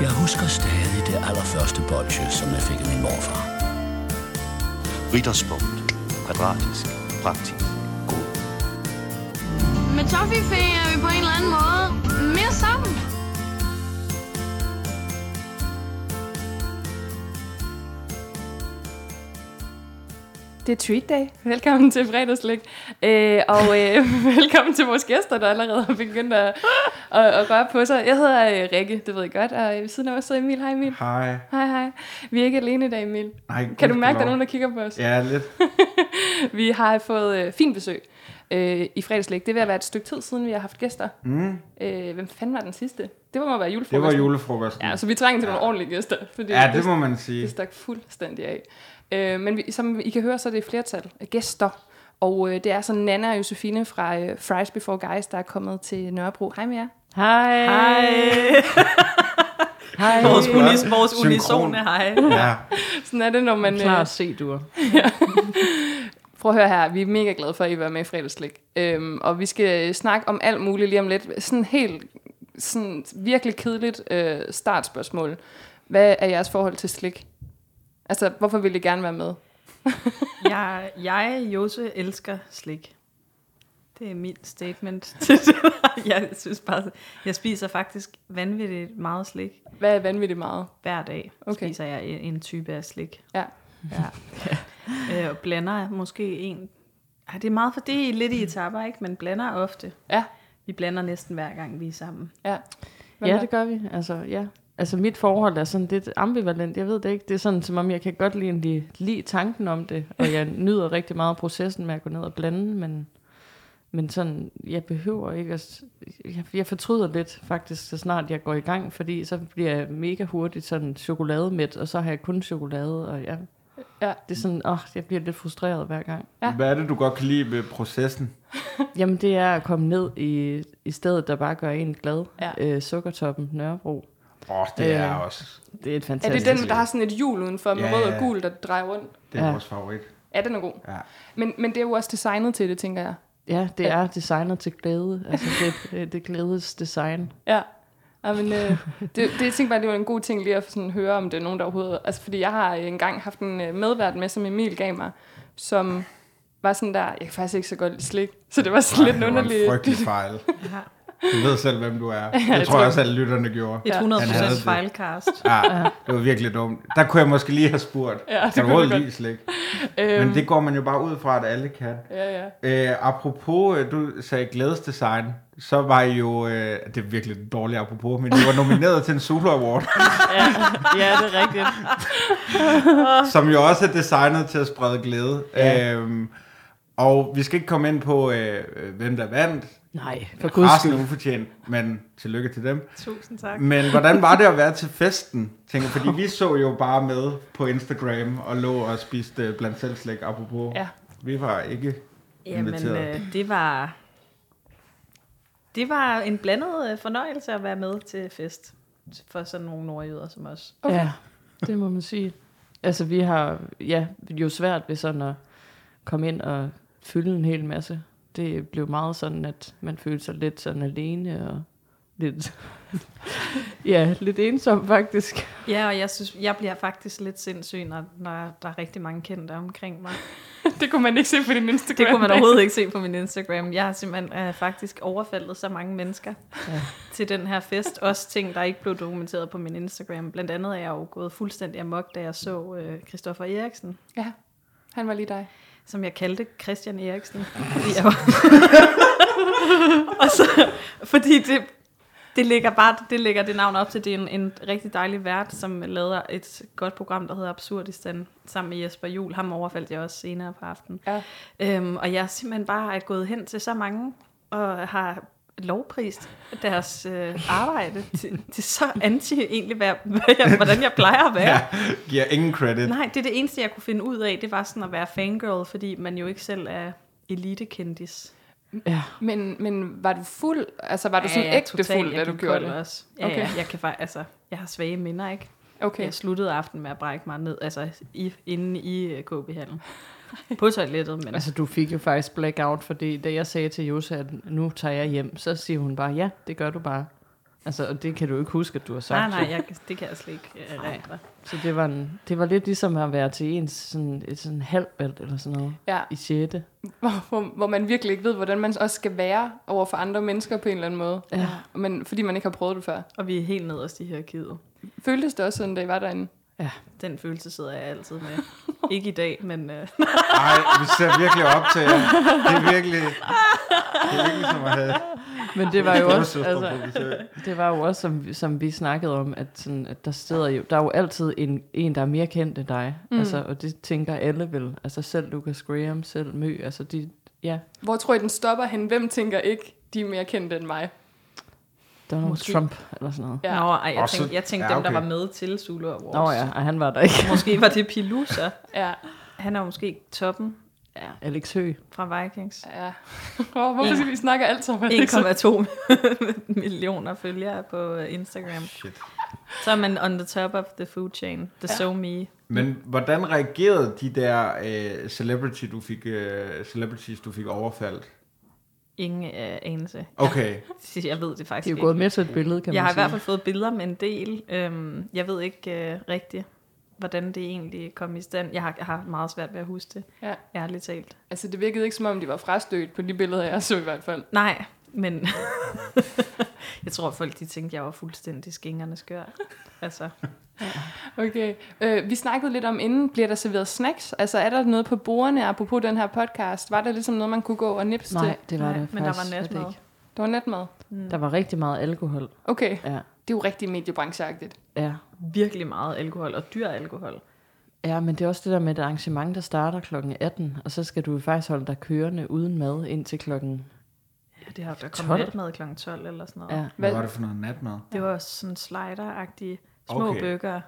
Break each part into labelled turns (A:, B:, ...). A: Jeg husker stadig det allerførste bolsje, som jeg fik af min morfar.
B: Ritterspunkt. Kvadratisk. Praktisk. God.
C: Med Toffifee er vi på en eller anden måde mere sammen.
D: Det er treat day. Velkommen til fredagslæg. Øh, og øh, velkommen til vores gæster, der allerede har begyndt at, at, at røre på sig. Jeg hedder øh, Rikke, det ved jeg godt, og øh, ved siden af os sidder Emil. Hej Emil.
E: Hej.
D: Hej hej. Vi er ikke alene i dag, Emil.
E: Nej,
D: Kan du mærke, at der er
E: gudskelov.
D: nogen, der kigger på os?
E: Ja, lidt.
D: Vi har fået øh, fin besøg øh, i fredagslæg. Det er ved at være et stykke tid siden, vi har haft gæster.
E: Mm,
D: Øh, hvem fanden var den sidste? Det må være
E: det
D: julefrokosten.
E: var julefrokosten.
D: Ja, så vi trænger til nogle ordentlige gæster. Fordi
E: ja, det må man
D: Det
E: sige.
D: stak fuldstændig af. Øh, men vi, som I kan høre, så er det et flertal af gæster. Og øh, det er så Nana og Josefine fra øh, Fries Before Guys, der er kommet til Nørrebro. Hej med jer.
F: Hej.
D: Hej. Hej.
F: Vores,
E: Godt.
F: unis, vores
E: Synkron.
F: unisone hej.
E: Ja,
D: Sådan er det, når man...
F: Klar
D: Øh,
F: se, du.
D: prøv at høre her, vi er mega glade for, at I var med i fredagslik. Øhm, og vi skal øh, snakke om alt muligt lige om lidt. Sådan helt sådan virkelig kedeligt øh, startspørgsmål. Hvad er jeres forhold til slik? Altså, hvorfor ville I gerne være med?
F: Jeg, jeg, Jose, elsker slik. Det er min statement. til det. jeg synes bare, jeg spiser faktisk vanvittigt meget slik.
D: Hvad er vanvittigt meget?
F: Hver dag
D: Okay.
F: okay. spiser jeg en, en type af slik.
D: Ja.
F: ja. Øh, og blander måske en... Ej, det er meget for det er lidt i etapper, ikke? Men blander ofte.
D: Ja.
F: Vi blander næsten hver gang, vi er sammen.
D: Hvad
G: ja,
D: med-
G: det gør vi. Altså, ja. altså, mit forhold er sådan lidt ambivalent. Jeg ved det ikke. Det er sådan, som om jeg kan godt lide, egentlig lide tanken om det, og jeg nyder rigtig meget processen med at gå ned og blande, men, men sådan, jeg behøver ikke at... s- Jeg, jeg fortryder lidt, faktisk, så snart jeg går i gang, fordi så bliver jeg mega hurtigt sådan chokolademæt, og så har jeg kun chokolade, og ja.
D: Ja.
G: Det er sådan, åh, jeg bliver lidt frustreret hver gang.
D: Ja.
E: hvad er det, du godt kan lide ved processen?
G: Jamen, det er at komme ned i, i stedet, der bare gør en glad.
D: Ja.
G: Øh, sukkertoppen, Nørrebro.
E: Åh, oh, det er
G: Øh,
E: også
G: Det er et
D: Er
G: fantastisk
D: det den, der har sådan et hjul udenfor med
E: Ja,
D: rød
E: ja.
D: og gul, der drejer rundt?
E: det er
G: Ja.
E: vores favorit.
D: Ja, den er god.
E: Ja.
D: Men, men det er jo også designet til det, tænker jeg.
G: Ja, det
D: Ja.
G: er designet til glæde. Altså det, øh, det glædes design.
D: Ja. Ja, men, øh, det, det, jeg tænkte bare, det var en god ting lige at sådan, høre, om det er nogen, der overhovedet... Altså, fordi jeg har engang haft en øh, medvært med, som Emil gav mig, som var sådan der, jeg kan faktisk ikke så godt lide slik. Så det var sådan lidt en
E: det var
D: underlig...
E: en frygtelig fejl.
F: Ja.
E: Du ved selv, hvem du er.
D: jeg
E: Det tror
D: tror-
E: jeg også, alle lytterne gjorde.
F: Et
D: Ja.
E: Han havde det.
F: 100% fejlcast.
E: Ja, det var virkelig dumt. Der kunne jeg måske lige have spurgt,
D: Ja, det
E: kan du
D: kunne
E: råd
D: du godt.
E: lide slik?
D: Øhm,
E: Men det går man jo bare ud fra, at alle kan.
D: Ja, ja.
E: Øh, apropos, øh, du sagde glædesdesign, så var I jo, øh, det er virkelig en dårlig apropos, men I var nomineret til en Solo Award,
G: Ja, det er rigtigt.
E: som jo også er designet til at sprede glæde.
G: Ja.
E: Øhm, og vi skal ikke komme ind på, øh, øh, hvem der vandt.
G: Nej, for guds
E: Resten er
G: skyld.
E: ufortjent, men tillykke til dem.
F: Tusind tak.
E: Men hvordan var det at være til festen? Tænker, fordi vi så jo bare med på Instagram og lå og spiste øh, blandt selv slik, apropos.
D: Ja.
E: Vi var ikke
F: Jamen,
E: inviteret.
F: øh, det var... Det var en blandet øh, fornøjelse at være med til fest for sådan nogle nordjyder som os.
D: Okay.
G: Ja, det må man sige. Altså vi har ja, jo svært ved sådan at komme ind og fylde en hel masse. Det blev meget sådan, at man følte sig lidt sådan alene og lidt, ja, lidt ensom faktisk.
F: Ja, og jeg synes, jeg bliver faktisk lidt sindssyg, når, når der er rigtig mange kendte omkring mig.
D: det kunne man ikke se på din Instagram.
F: Det kunne man overhovedet ikke se på min Instagram. Jeg har simpelthen øh, faktisk overfaldet så mange mennesker
G: Ja.
F: ja. til den her fest. Også ting, der ikke blev dokumenteret på min Instagram. Blandt andet er jeg jo gået fuldstændig amok, da jeg så øh, Christoffer Eriksen.
D: Ja, han var lige dig.
F: som jeg kaldte Christian Eriksen. Fordi jeg var... og så, fordi det, det ligger bare det, ligger det navn op til. Det er en, en rigtig dejlig vært, som lavede et godt program, der hedder Absurdistan, sammen med Jesper Jul. Ham overfaldt jeg også senere på aftenen.
D: Ja.
F: Øhm, og jeg er simpelthen bare er gået hen til så mange, og har lovprist deres øh, arbejde. Det, det er så anti egentlig, hvad, hvad jeg, hvordan jeg plejer at være.
E: Ja, giver ingen credit.
F: Nej, det er det eneste, jeg kunne finde ud af, det var sådan at være fangirl, fordi man jo ikke selv er elitekendis.
G: Ja,
D: Men, men var du fuld? Altså, var du sådan ægte
F: totalt.
D: fuld, da
F: Jeg
D: du
F: gik
D: gjorde
F: kold
D: det?
F: Også. Ja,
D: Okay.
F: okay. ja, jeg kan faktisk, altså, jeg har svage minder, ikke? Okay.
D: Okay.
F: Jeg sluttede aftenen med at brække mig ned, altså i, inde i KB-hallen. På toilettet, men
G: altså du fik jo faktisk blackout, fordi da jeg sagde til Jose, at nu tager jeg hjem, så siger hun bare, ja, det gør du bare. Altså, og det kan du ikke huske, at du har sagt.
F: Nej,
G: jo.
F: nej, jeg, kan- det kan jeg slet ikke øh, erindre.
G: Så det var, en, det var lidt ligesom at være til ens sådan, et sådan halvvalg eller sådan noget
D: Ja,
G: i 6.
D: hvor, hvor, hvor man virkelig ikke ved, hvordan man også skal være over for andre mennesker på en eller anden måde.
G: Ja.
D: Men fordi man ikke har prøvet det før.
F: Og vi er helt nederst i hierarkiet.
D: Føltes det også sådan, da I var derinde?
F: Den følelse sidder jeg altid med. Ikke i dag, men øh,
E: Nej, vi ser virkelig op til jer. Det er virkelig, det er virkelig som at have
G: Men det var jo også,
E: kæmpesøstre
G: altså,
E: på besøg.
G: det var jo også som, som vi snakkede om, at, sådan, at der, sidder jo, der er jo altid en, en, der er mere kendt end dig. Mm. Altså, og det tænker alle vel. Altså selv Lucas Graham, selv Mø. Altså de, ja,
D: Hvor tror I, den stopper hen? Hvem tænker ikke, de er mere kendte end mig?
G: Donald
F: Måske.
G: Måske. Trump eller sådan noget.
F: ja.
D: Ja.
F: Nå, ej, jeg
E: Og så-
F: tænkte, jeg tænkte
E: ja,
F: dem, der
E: okay.
F: var med til Zulu Awards.
G: Nå ja, ej, han var der ikke.
F: Måske var det Pilusa.
D: Ja,
F: Han er måske toppen ja,
G: Alex Høgh.
F: fra Vikings.
D: ja. Hvor- Hvorfor skal vi snakke alt sammen?
F: 1,2 millioner følgere på øh, Instagram.
E: Shit.
F: Så er man on the top of the food chain. The so me.
E: Men hvordan reagerede de der øh, celebrity, du fik, øh, celebrities, du fik overfaldt?
F: Ingen øh, anelse.
E: Okay,
F: Så Jeg ved det
G: De er
F: faktisk
G: jo gået
F: ikke.
G: med til et billede, kan
F: Altså, Jeg har
G: man
F: i hvert fald fået billeder med en del. Øhm, jeg ved ikke øh, rigtigt, hvordan det egentlig kom i stand. Jeg har, jeg har meget svært ved at huske det,
D: Ja.
F: ærligt talt.
D: Altså, det virkede ikke, som om de var frastødt på de billeder, jeg så i hvert fald.
F: Nej, men jeg tror, folk de tænkte, jeg var fuldstændig skingerne skør. Altså,
D: Okay. Øh, vi snakkede lidt om inden, bliver der serveret snacks? Altså, er der noget på bordene, apropos den her podcast? Var der ligesom noget, man kunne gå og nipse
G: Nej,
D: til?
G: det var
F: nej,
G: det
F: men der var
G: faktisk slet
F: natmad.
G: ikke.
D: Det var netmad.
G: Der var rigtig meget alkohol.
D: Okay,
G: Ja,
D: det er jo rigtig mediebrancheagtigt.
G: ja.
F: Virkelig meget alkohol, og dyr alkohol.
G: Ja, men det er også det der med et arrangement, der starter kl. 18, og så skal du jo faktisk holde dig kørende uden mad indtil klokken.
F: Ja, det har der kommet
G: 12?
F: natmad kl. 12 eller sådan noget.
G: Ja.
E: hvad
D: Hvad-
E: var det for noget natmad?
F: Det var sådan slider-agtige små
E: Okay.
F: okay. bøger.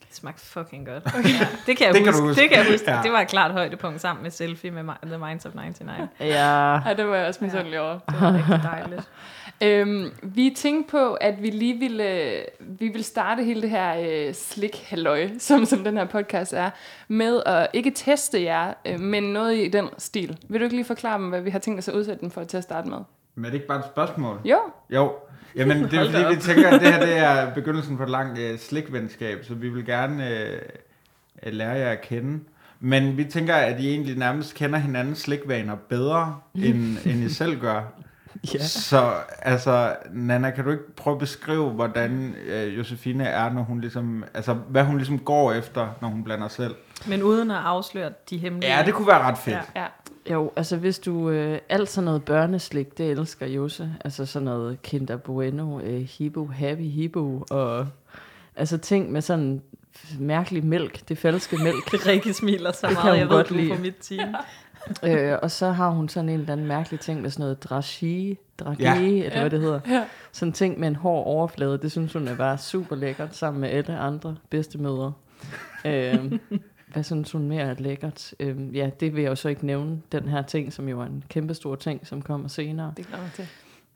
F: Det smagte fucking godt. Okay. Ja, det kan jeg
E: Det kan
F: det
E: du
F: huske. Kan
E: huske.
F: Det kan jeg huske.
E: Ja.
F: Ja. Det var et klart højdepunkt sammen med selfie med Mi- The Minds of 99.
G: Ja.
D: Ja, det var jeg også misundelig over.
F: Det var rigtig dejligt.
D: Øhm, vi tænkte på, at vi lige ville, øh, vi ville starte hele det her øh, slik som, som den her podcast er, med at ikke teste jer, øh, men noget i den stil. Vil du ikke lige forklare dem, hvad vi har tænkt os at udsætte den for til at starte med?
E: Men er det ikke bare et spørgsmål?
D: Jo,
E: Jo, jamen det er fordi, vi tænker, at det her det er begyndelsen på et langt øh, slikvenskab, så vi vil gerne øh, øh, lære jer at kende. Men vi tænker, at I egentlig nærmest kender hinandens slikvaner bedre, end, end I selv gør.
G: Ja.
E: Så altså, Nana, kan du ikke prøve at beskrive, hvordan øh, Josefine er, når hun ligesom, altså, hvad hun ligesom går efter, når hun blander selv?
F: Men uden at afsløre de hemmelige...
E: Ja, det kunne være ret fedt.
F: Ja.
D: ja.
G: Jo, altså hvis du... Øh, alt sådan noget børneslik, det elsker Jose. Altså sådan noget Kinder Bueno, øh, Hippo, Happy Hippo, og... Altså ting med sådan mærkelig mælk, det falske mælk.
F: Rikke smiler så
G: Det kan
F: meget,
G: hun
F: jeg ved,
G: godt
F: du er
G: lide.
F: på mit team.
G: øh, og så har hun sådan en eller anden mærkelig ting med sådan noget dragi, dragi,
E: Ja.
G: ja. eller hvad det hedder.
D: Ja.
G: Sådan en ting med en hård overflade, det synes hun er bare super lækkert, sammen med alle andre bedstemødre. øh, hvad synes hun mere er lækkert? Øh, ja, det vil jeg jo så ikke nævne, den her ting, som jo er en kæmpestor ting, som kommer senere.
D: Det glæder mig til.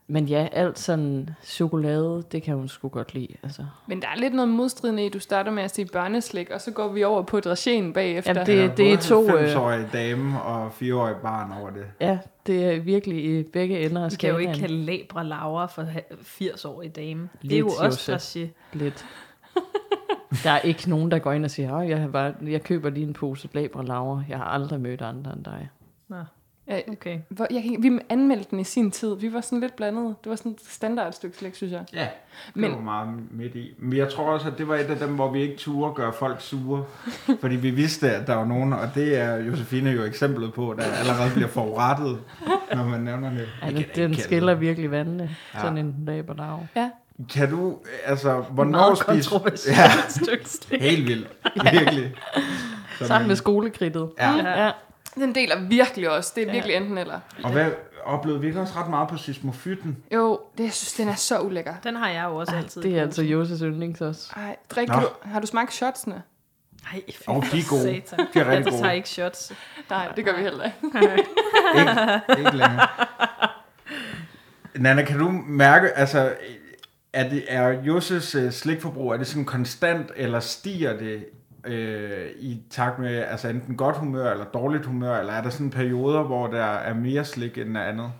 G: Men ja, alt sådan chokolade, det kan hun sgu godt lide. Altså.
D: Men der er lidt noget modstridende i, at du starter med at sige børneslik, og så går vi over på dragéen bagefter.
G: Jamen,
E: Der
G: det-
E: både
G: er to, øh,
E: 90-årige dame og 4-årige barn over det.
G: Ja, det er virkelig i begge ender af
F: Vi kan jo ikke
G: skalaen.
F: kalde labre Laura for ha- 80 år i dame. Det er
G: Lidt,
F: jo også
G: Josef.
F: Rashi.
G: Lidt. Der er ikke nogen, der går ind og siger, at jeg, har bare, jeg køber lige en pose blabre laver. Jeg har aldrig mødt andre end dig.
F: Nå,
D: Ja,
F: okay.
D: hvor, jeg, kan ikke- vi anmeldte den i sin tid. Vi var sådan lidt blandede. Det var sådan et standardstykke slik, synes jeg.
E: Ja, det
D: Men-
E: men, var meget midt i. Men jeg tror også, at det var et af dem, hvor vi ikke turde gøre folk sure. fordi vi vidste, at der var nogen, og det er Josefine jo eksemplet på, der allerede bliver forurettet, når man nævner det.
G: Altså,
E: Jeg kan da
G: den
E: ikke
G: skiller
E: kalde
G: virkelig vandene,
E: Ja.
G: ja. sådan en laber laver.
D: Ja.
E: det. Kan du, altså, hvornår
F: Meget
E: spiser...
F: kontroversielt
E: Ja,
F: stykke slik.
E: helt vildt. Virkelig. Sådan
G: Sammen med
E: en-
G: skolekridtet.
E: Ja.
G: ja.
D: Den deler virkelig også. Det er virkelig ja. enten eller.
E: Og hvad oplevede vi ikke også ret meget på sismofyten?
D: Jo, det, jeg synes, den er så ulækker.
F: Den har jeg jo også altid.
G: Det
F: i
G: er altså Joses yndlings også.
D: Ej, drik,
E: Nå.
D: kan du, har du smagt shotsene?
F: Nej, fy
E: Og de er gode.
F: satan.
E: De er
F: Jeg
E: rigtig
F: tager
E: gode.
F: ikke shots.
D: Nej, det gør vi heller ikke.
E: Ikke, ikke længere. Nana, kan du mærke, altså, er, det, er Josses øh, slikforbrug, er det sådan konstant, eller stiger det øh, i takt med altså enten godt humør eller dårligt humør, eller er der sådan perioder, hvor der er mere slik end der andet?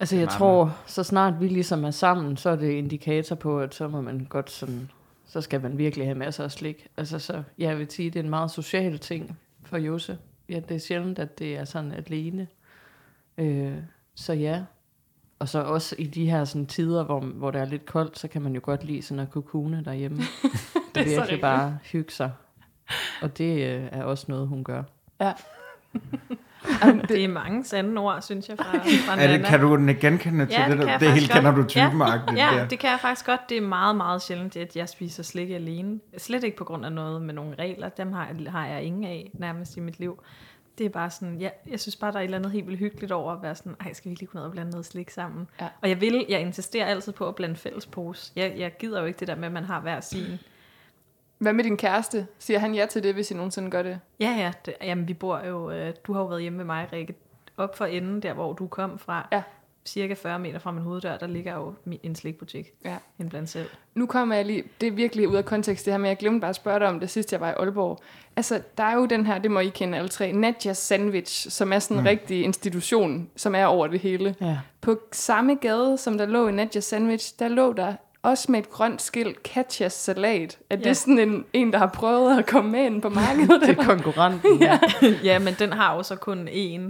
G: Altså jeg
E: Meget
G: tror, så snart vi ligesom er sammen, så er det indikator på, at så må man godt sådan, så skal man virkelig have masser af slik. Altså så, ja, jeg vil sige, det er en meget social ting for Jose. Ja, det er sjældent, at det er sådan alene. Øh, så ja. Og så også i de her sådan, tider, hvor, hvor det er lidt koldt, så kan man jo godt lide sådan at kukune derhjemme. det
D: så
G: er virkelig
D: rigtigt.
G: bare hygge sig. Og det øh, er også noget, hun gør.
F: Jamen, det er mange sande ord, synes jeg, fra, fra
E: Er det,
F: Nana.
E: kan du den genkende til
F: Ja,
E: det?
F: det kan
E: der?
F: jeg
E: Det hele
F: faktisk godt.
E: kender du typen
F: Ja,
E: ja,
F: Ja,
E: der.
F: det kan jeg faktisk godt. Det er meget, meget sjældent, at jeg spiser slik alene. Slet ikke på grund af noget med nogle regler. Dem har, har jeg ingen af nærmest i mit liv. Det er bare sådan, ja, jeg synes bare, der er et eller andet helt vildt hyggeligt over at være sådan, ej, skal vi ikke lige gå ned og blande noget slik sammen?
D: Ja.
F: Og jeg vil, jeg insisterer altid på at blande fælles pose. Jeg, jeg gider jo ikke det der med, at man har hver sin.
D: Hvad med din kæreste? Siger han ja til det, hvis I nogensinde gør det?
F: Ja, ja, det, jamen vi bor jo, øh, du har jo været hjemme med mig, Rikke, op for enden, der hvor du kom fra.
D: Ja.
F: Cirka 40 meter fra min hoveddør, der ligger jo mi- en slikbutik,
D: Ja.
F: en blandt selv.
D: Nu kommer jeg lige, det er virkelig ud af kontekst det her, men jeg glemte bare at spørge dig om det sidste, jeg var i Aalborg. Altså, der er jo den her, det må I kende alle tre, Nadja Sandwich, som er sådan en mm. rigtig institution, som er over det hele.
G: Ja.
D: På samme gade, som der lå i Nadja Sandwich, der lå der også med et grønt skilt, Katjas Salat. Er det
F: Ja.
D: sådan en, en, der har prøvet at komme med ind på markedet?
G: Det er
D: eller?
G: konkurrenten. ja.
F: ja, men den har jo så kun én.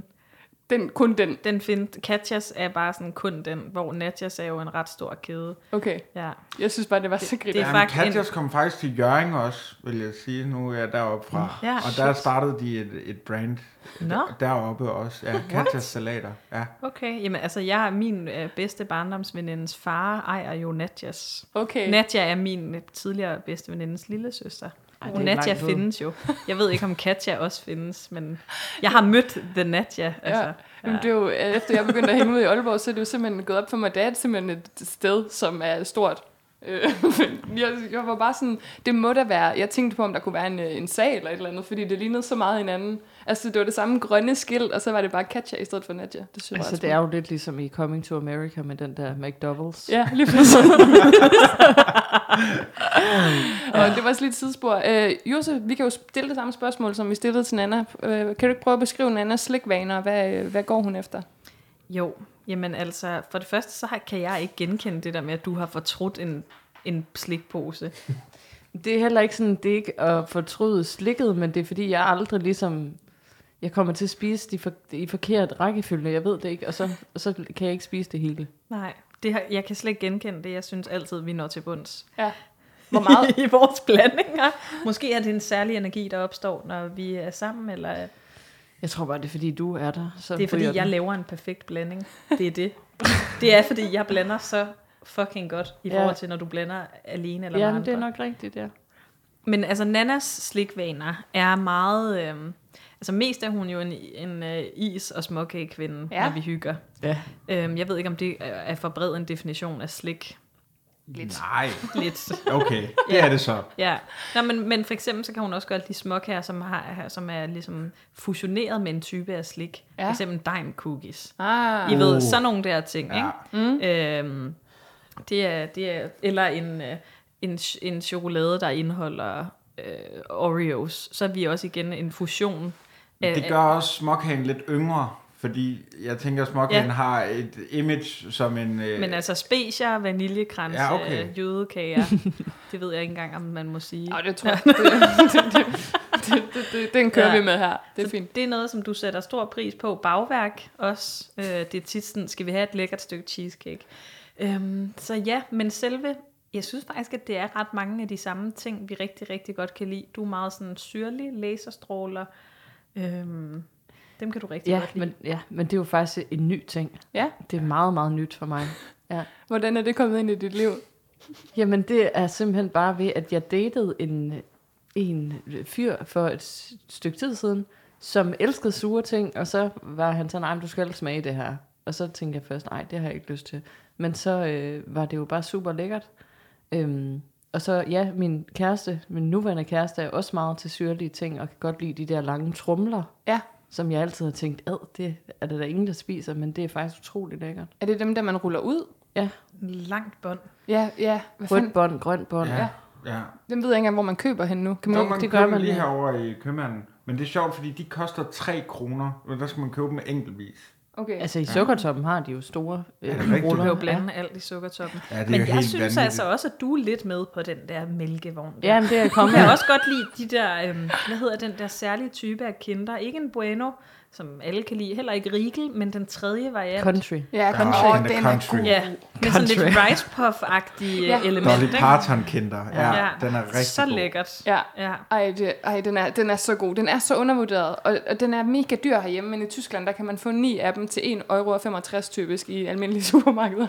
D: den, kun den.
F: Den find, Katjas er bare sådan kun den, hvor Natjas er jo en ret stor kæde.
D: Okay,
F: Ja.
D: jeg synes bare, det var så
F: det er
D: grinerende.
E: Jamen,
F: faktisk en-
E: Katjas kom faktisk til Jørgen også, vil jeg sige. Nu er jeg deroppe fra.
F: Mm. Ja,
E: og der startede de et, et brand
F: Nå,
E: deroppe også. Ja, Katjas salater. Ja.
F: okay. Jamen altså, jeg er min øh, bedste barndomsvenindens far, ejer jo Natjas.
D: Okay,
F: Natja er min øh, tidligere bedste venindens lille søster.
G: Ej, det
F: Og
G: er
F: Natja
G: langt ud.
F: findes jo. Jeg ved ikke, om Katja også findes, men jeg har mødt The Natja. Altså.
D: Ja. Jamen, det er jo, øh, efter jeg begyndte at hænge ud i Aalborg, så er det jo simpelthen gået op for mig, det er simpelthen et sted, som er stort. Øh, men jeg, jeg var bare sådan, det må da være, jeg tænkte på, om der kunne være en, øh, en sag eller et eller andet, fordi det lignede så meget hinanden. Altså, det var det samme grønne skilt, og så var det bare Katja i stedet for Nadja. Det synes jeg
G: Altså,
D: var
G: det er jo lidt ligesom i Coming to America med den der McDoubles.
D: Ja, lige præcis. og det var også lidt et sidespor. Øh, Josef, vi kan jo stille det samme spørgsmål, som vi stillede til Nana. Øh, kan du ikke prøve at beskrive Nannas slikvaner? Hvad, øh, hvad går hun efter?
F: Jo, jamen altså, for det første, så har, kan jeg ikke genkende det der med, at du har fortrudt en, en slikpose.
G: Det er heller ikke sådan, det er ikke at fortryde slikket, men det er fordi, jeg aldrig ligesom... Jeg kommer til at spise de for, i forkert rækkefølge, jeg ved det ikke, og så, og så kan jeg ikke spise det hele.
F: Nej, det har, jeg kan slet ikke genkende det. Jeg synes altid, vi når til bunds.
D: Ja.
F: Hvor meget i vores blandinger. Måske er det en særlig energi, der opstår, når vi er sammen, eller at
G: Jeg tror bare, det er fordi, du er der. Så
F: det er, fordi
G: ryger
F: jeg
G: den.
F: laver en perfekt blanding. Det er det. Det er, fordi jeg blander så fucking godt i
G: Ja.
F: forhold til, når du blander alene eller med
G: Ja, men
F: andre.
G: det er nok rigtigt, ja.
F: Men altså, Nannas slikvaner er meget... Øh, altså, mest er hun jo en, en øh, is- og småkagekvinde,
D: Ja.
F: ja. når vi hygger.
G: Ja.
F: Øhm, jeg ved ikke, om det er- er for bred en definition af slik.
E: Nej,
F: Lidt.
E: okay. Det er det så.
F: Ja, Nå, men, men for eksempel så kan hun også gøre de småkager, som, har, som er ligesom fusioneret med en type af slik.
D: Ja.
F: Ja. For eksempel dime cookies.
D: Ah,
F: I ved,
E: Uh.
F: sådan nogle der ting,
E: Ja.
F: ikke? Mm. Øhm, det er, det er, eller en, øh, en, ch- en chokolade, der indeholder øh, Oreos. Så er vi også igen en fusion. af-
E: Det gør også småkagen lidt yngre, fordi jeg tænker, at småkagen
F: Ja.
E: har et image som en... Øh,
F: Men altså spezier, vaniljekranse,
E: Ja,
F: ja,
E: okay.
F: okay. jødekager, det ved jeg ikke engang, om man må sige.
D: Ja, det tror jeg. Det, det, det, det, det, den kører ja.
F: Ja.
D: vi med her. Det er
F: Så
D: fint.
F: det er noget, som du sætter stor pris på. Bagværk også. Øh, det er tit sådan, skal vi have et lækkert stykke cheesecake? Øhm, så ja, men selve, jeg synes faktisk, at det er ret mange af de samme ting, vi rigtig, rigtig godt kan lide. Du er meget sådan syrlig, laserstråler. Øhm, dem kan du rigtig
G: Ja,
F: godt lide.
G: men, ja, men det er jo faktisk en ny ting.
D: Ja.
G: Det er meget, meget nyt for mig. Ja.
D: Hvordan er det kommet ind i dit liv?
G: Jamen, det er simpelthen bare ved, at jeg datede en, en fyr for et s- stykke tid siden, som elskede sure ting, og så var han sådan, nej, men du skal smage det her. Og så tænkte jeg først, nej, det har jeg ikke lyst til. Men så øh, var det jo bare super lækkert. Øhm, og så, ja, min kæreste, min nuværende kæreste, er også meget til syrlige ting, og kan godt lide de der lange trumler,
D: Ja.
G: som jeg altid har tænkt, ad, det er der, der ingen, der spiser, men det er faktisk utrolig lækkert.
D: Er det dem, der man ruller ud?
G: Ja,
F: Langt bånd.
D: Ja, ja. Hvad fanden?
G: rødt bånd, grønt bånd.
E: Ja. ja.
F: Mm,
D: Den ved jeg ikke engang, hvor man køber hen nu. Kan
E: Nå,
D: man,
E: man
D: det
E: køber
D: gør
E: man
D: man.
E: lige
D: ja.
E: herovre i købmanden. Men det er sjovt, fordi de koster 3 kroner, men der skal man købe dem enkeltvis.
D: Okay.
G: Altså i sukkertoppen har de jo store øh,
E: det rigtigt?
F: Du kan jo
G: ruller.
F: blande ja. alt i sukkertoppen.
E: Ja, det er
F: Men
E: jo
F: jeg
E: helt
F: synes
E: vanvittigt.
F: altså også, at du er lidt med på den der mælkevogn. Der.
G: Ja, men det er kommet.
F: Jeg kan også godt lide de der, øhm, hvad hedder den der særlige type af kinder. Ikke en bueno, som alle kan lide. Heller ikke Riegel, men den tredje variant.
G: Country.
D: Ja,
E: Der er
D: country.
E: også
D: Åh,
E: den der
D: den er
E: country.
D: god.
F: Ja, med sådan lidt
G: Country.
F: rice puff-agtige
D: Ja.
F: ja. element.
E: Dolly
F: ikke?
E: Parton kinder. Ja, ja, den er rigtig
F: Så
E: god.
F: lækkert.
D: Ja.
F: ja.
D: Ej, det, ej den, er, den er så god. Den er så undervurderet, og, og den er mega dyr herhjemme, men i Tyskland, der kan man få 9 af dem til 1,65 euro typisk i almindelige supermarkeder.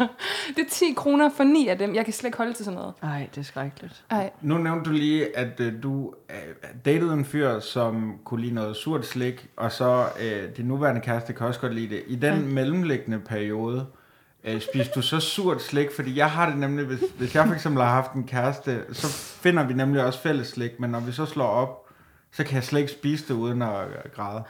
D: Det er 10 kroner for 9 af dem. Jeg kan slet ikke holde til sådan noget.
G: Nej, det er skrækkeligt.
D: Ej,
E: Nu nævnte du lige, at øh, du øh, datede en fyr, som kunne lide noget surt slik, og så øh, din nuværende kæreste kan også godt lide det. I den mellemliggende periode, øh, spiste du så surt slik? Fordi jeg har det nemlig, hvis, hvis jeg for eksempel har haft en kæreste, så finder vi nemlig også fælles slik, men når vi så slår op, så kan jeg slet ikke spise det uden at øh, græde.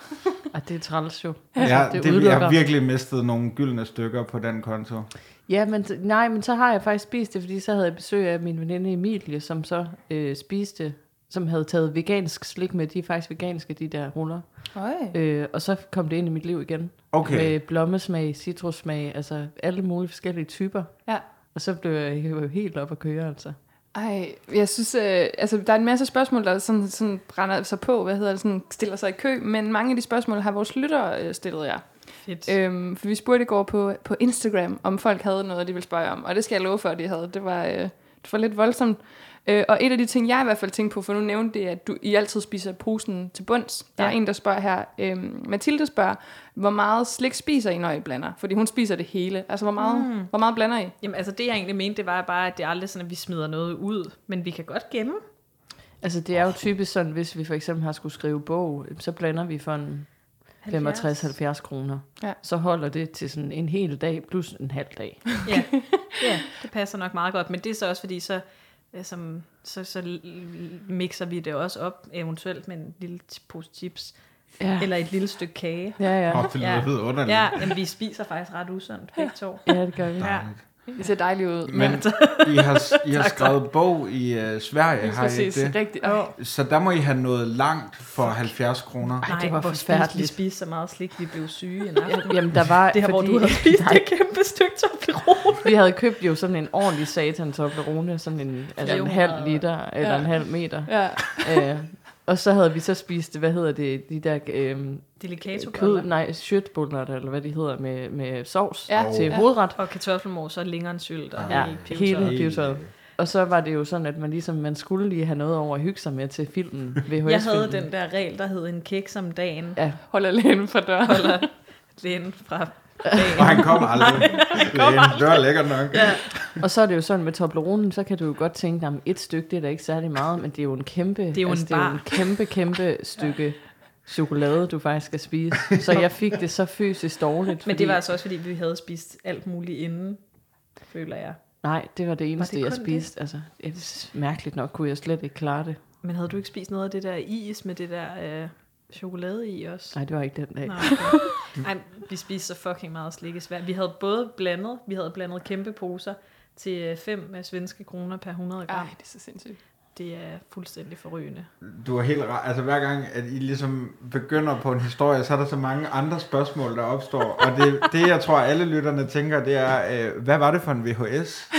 G: Ej, det er træls jo.
E: Ja,
G: det
E: det, det, jeg
G: udelukker.
E: har virkelig mistet nogle gyldne stykker på den konto.
G: Ja, men t- nej, men så har jeg faktisk spist det, fordi så havde jeg besøg af min veninde Emilie, som så øh, spiste, som havde taget vegansk slik med. De er faktisk veganske, de der ruller.
D: Øj.
G: Øh, og så kom det ind i mit liv igen.
E: Okay.
F: Øh,
G: Med blommesmag, citrussmag, altså alle mulige forskellige typer.
D: Ja.
G: Og så blev jeg jo helt op at køre, altså.
D: Ej, jeg synes, øh, altså, der er en masse spørgsmål, der sådan, sådan brænder sig på, hvad hedder det, sådan, stiller sig i kø, men mange af de spørgsmål har vores lyttere øh, stillet jer.
F: Fedt.
E: Øh.
D: Øhm, for vi spurgte i går på, på Instagram, om folk havde noget, de ville spørge om, og det skal jeg love for, at de havde. Det var, øh, det var lidt voldsomt. Øh, og et af de ting, jeg i hvert fald tænkte på, for nu nævnte det, at du, I altid spiser posen til bunds. Der er
G: Ja.
D: en, der spørger her, øh, Mathilde spørger, hvor meget slik spiser I, når I blander? Fordi hun spiser det hele. Altså, hvor meget, mm. hvor meget blander I?
F: Jamen altså det jeg egentlig mente, det var bare, at det er aldrig sådan, at vi smider noget ud, men vi kan godt gemme.
G: Altså det er jo typisk sådan, hvis vi for eksempel har skulle skrive bog, så blander vi for en 65-70 kroner.
D: Ja.
G: Så holder det til sådan en hel dag plus en halv dag.
F: Ja. ja, det passer nok meget godt, men det er så også fordi, så, øh, som, så, så l- mixer vi det også op, eventuelt med en lille t- pose chips,
G: Ja,
F: eller et lille stykke kage.
G: ja, ja.
E: Åh, det lyder
F: Ja.
E: ja. underligt.
F: Ja, men vi spiser faktisk ret usundt begge to.
G: ja det gør vi.
F: Ja.
D: Det ser dejligt ud.
E: Men I har, I har skrevet bog i uh, Sverige, har I
D: Præcis,
E: ikke det?
D: rigtigt. Oh.
E: Så der må I have noget langt for 70 kroner.
G: Ej, det
F: Nej,
G: var
F: hvor spiste, vi
G: forfærdeligt.
F: spiste så meget slik, vi blev syge en aften.
G: Jamen, der var,
F: Det her, hvor
G: fordi,
F: du havde spist
G: Nej,
F: et kæmpe stykke Toblerone.
G: vi havde købt jo sådan en ordentlig satan Toblerone, sådan en, altså en
F: 400.
G: halv liter, eller
D: Ja.
G: en halv meter.
D: Ja.
G: Øh, og så havde vi så spist, hvad hedder det, de der øh,
F: Delicato
G: kød, nej, shirtbuller, eller hvad de hedder, med, med sovs
D: Ja,
G: ja, til
D: ja.
G: hovedret.
F: Og kartoffelmos og længere en sylt. Og
G: Ja,
F: hele pivetøjet.
G: hele
E: Helt.
G: pivetøjet. Og så var det jo sådan, at man ligesom, man skulle lige have noget over at hygge sig med til filmen, VHS-filmen.
F: Jeg havde den der regel, der hed en kiks om dagen.
G: Ja,
D: Holder alene for døren.
F: Eller den fra
E: Og
F: dagen.
E: han kommer aldrig. Lægen, det var lækkert nok. Ja.
G: og så er det jo sådan med Toblerone, så kan du jo godt tænke, at et stykke, det er da ikke særlig meget, men det er jo en kæmpe, det
F: er jo en
G: det er jo en kæmpe, kæmpe stykke chokolade, du faktisk skal spise. Så jeg fik det så fysisk dårligt.
F: Men
G: fordi-
F: det var altså også, fordi vi havde spist alt muligt inden, føler jeg.
G: Nej, det var det eneste,
F: det
G: jeg
F: kun det?
G: spiste. Altså, jeg, mærkeligt nok kunne jeg slet ikke klare det.
F: Men havde du ikke spist noget af det der is med det der øh, chokolade i også?
G: Nej, det var ikke den dag.
F: Nej, okay. Ej, vi spiste så fucking meget slik i Sverige. Vi havde både blandet, vi havde blandet kæmpe poser til 5 svenske kroner per 100 gram.
D: Ej,
F: Ej.
D: det er så sindssygt.
F: Det er fuldstændig forrygende.
E: Du er helt ra- Altså hver gang, at I ligesom begynder på en historie, så er der så mange andre spørgsmål, der opstår. Og det, det jeg tror, alle lytterne tænker, det er, øh, hvad var det for en VHS?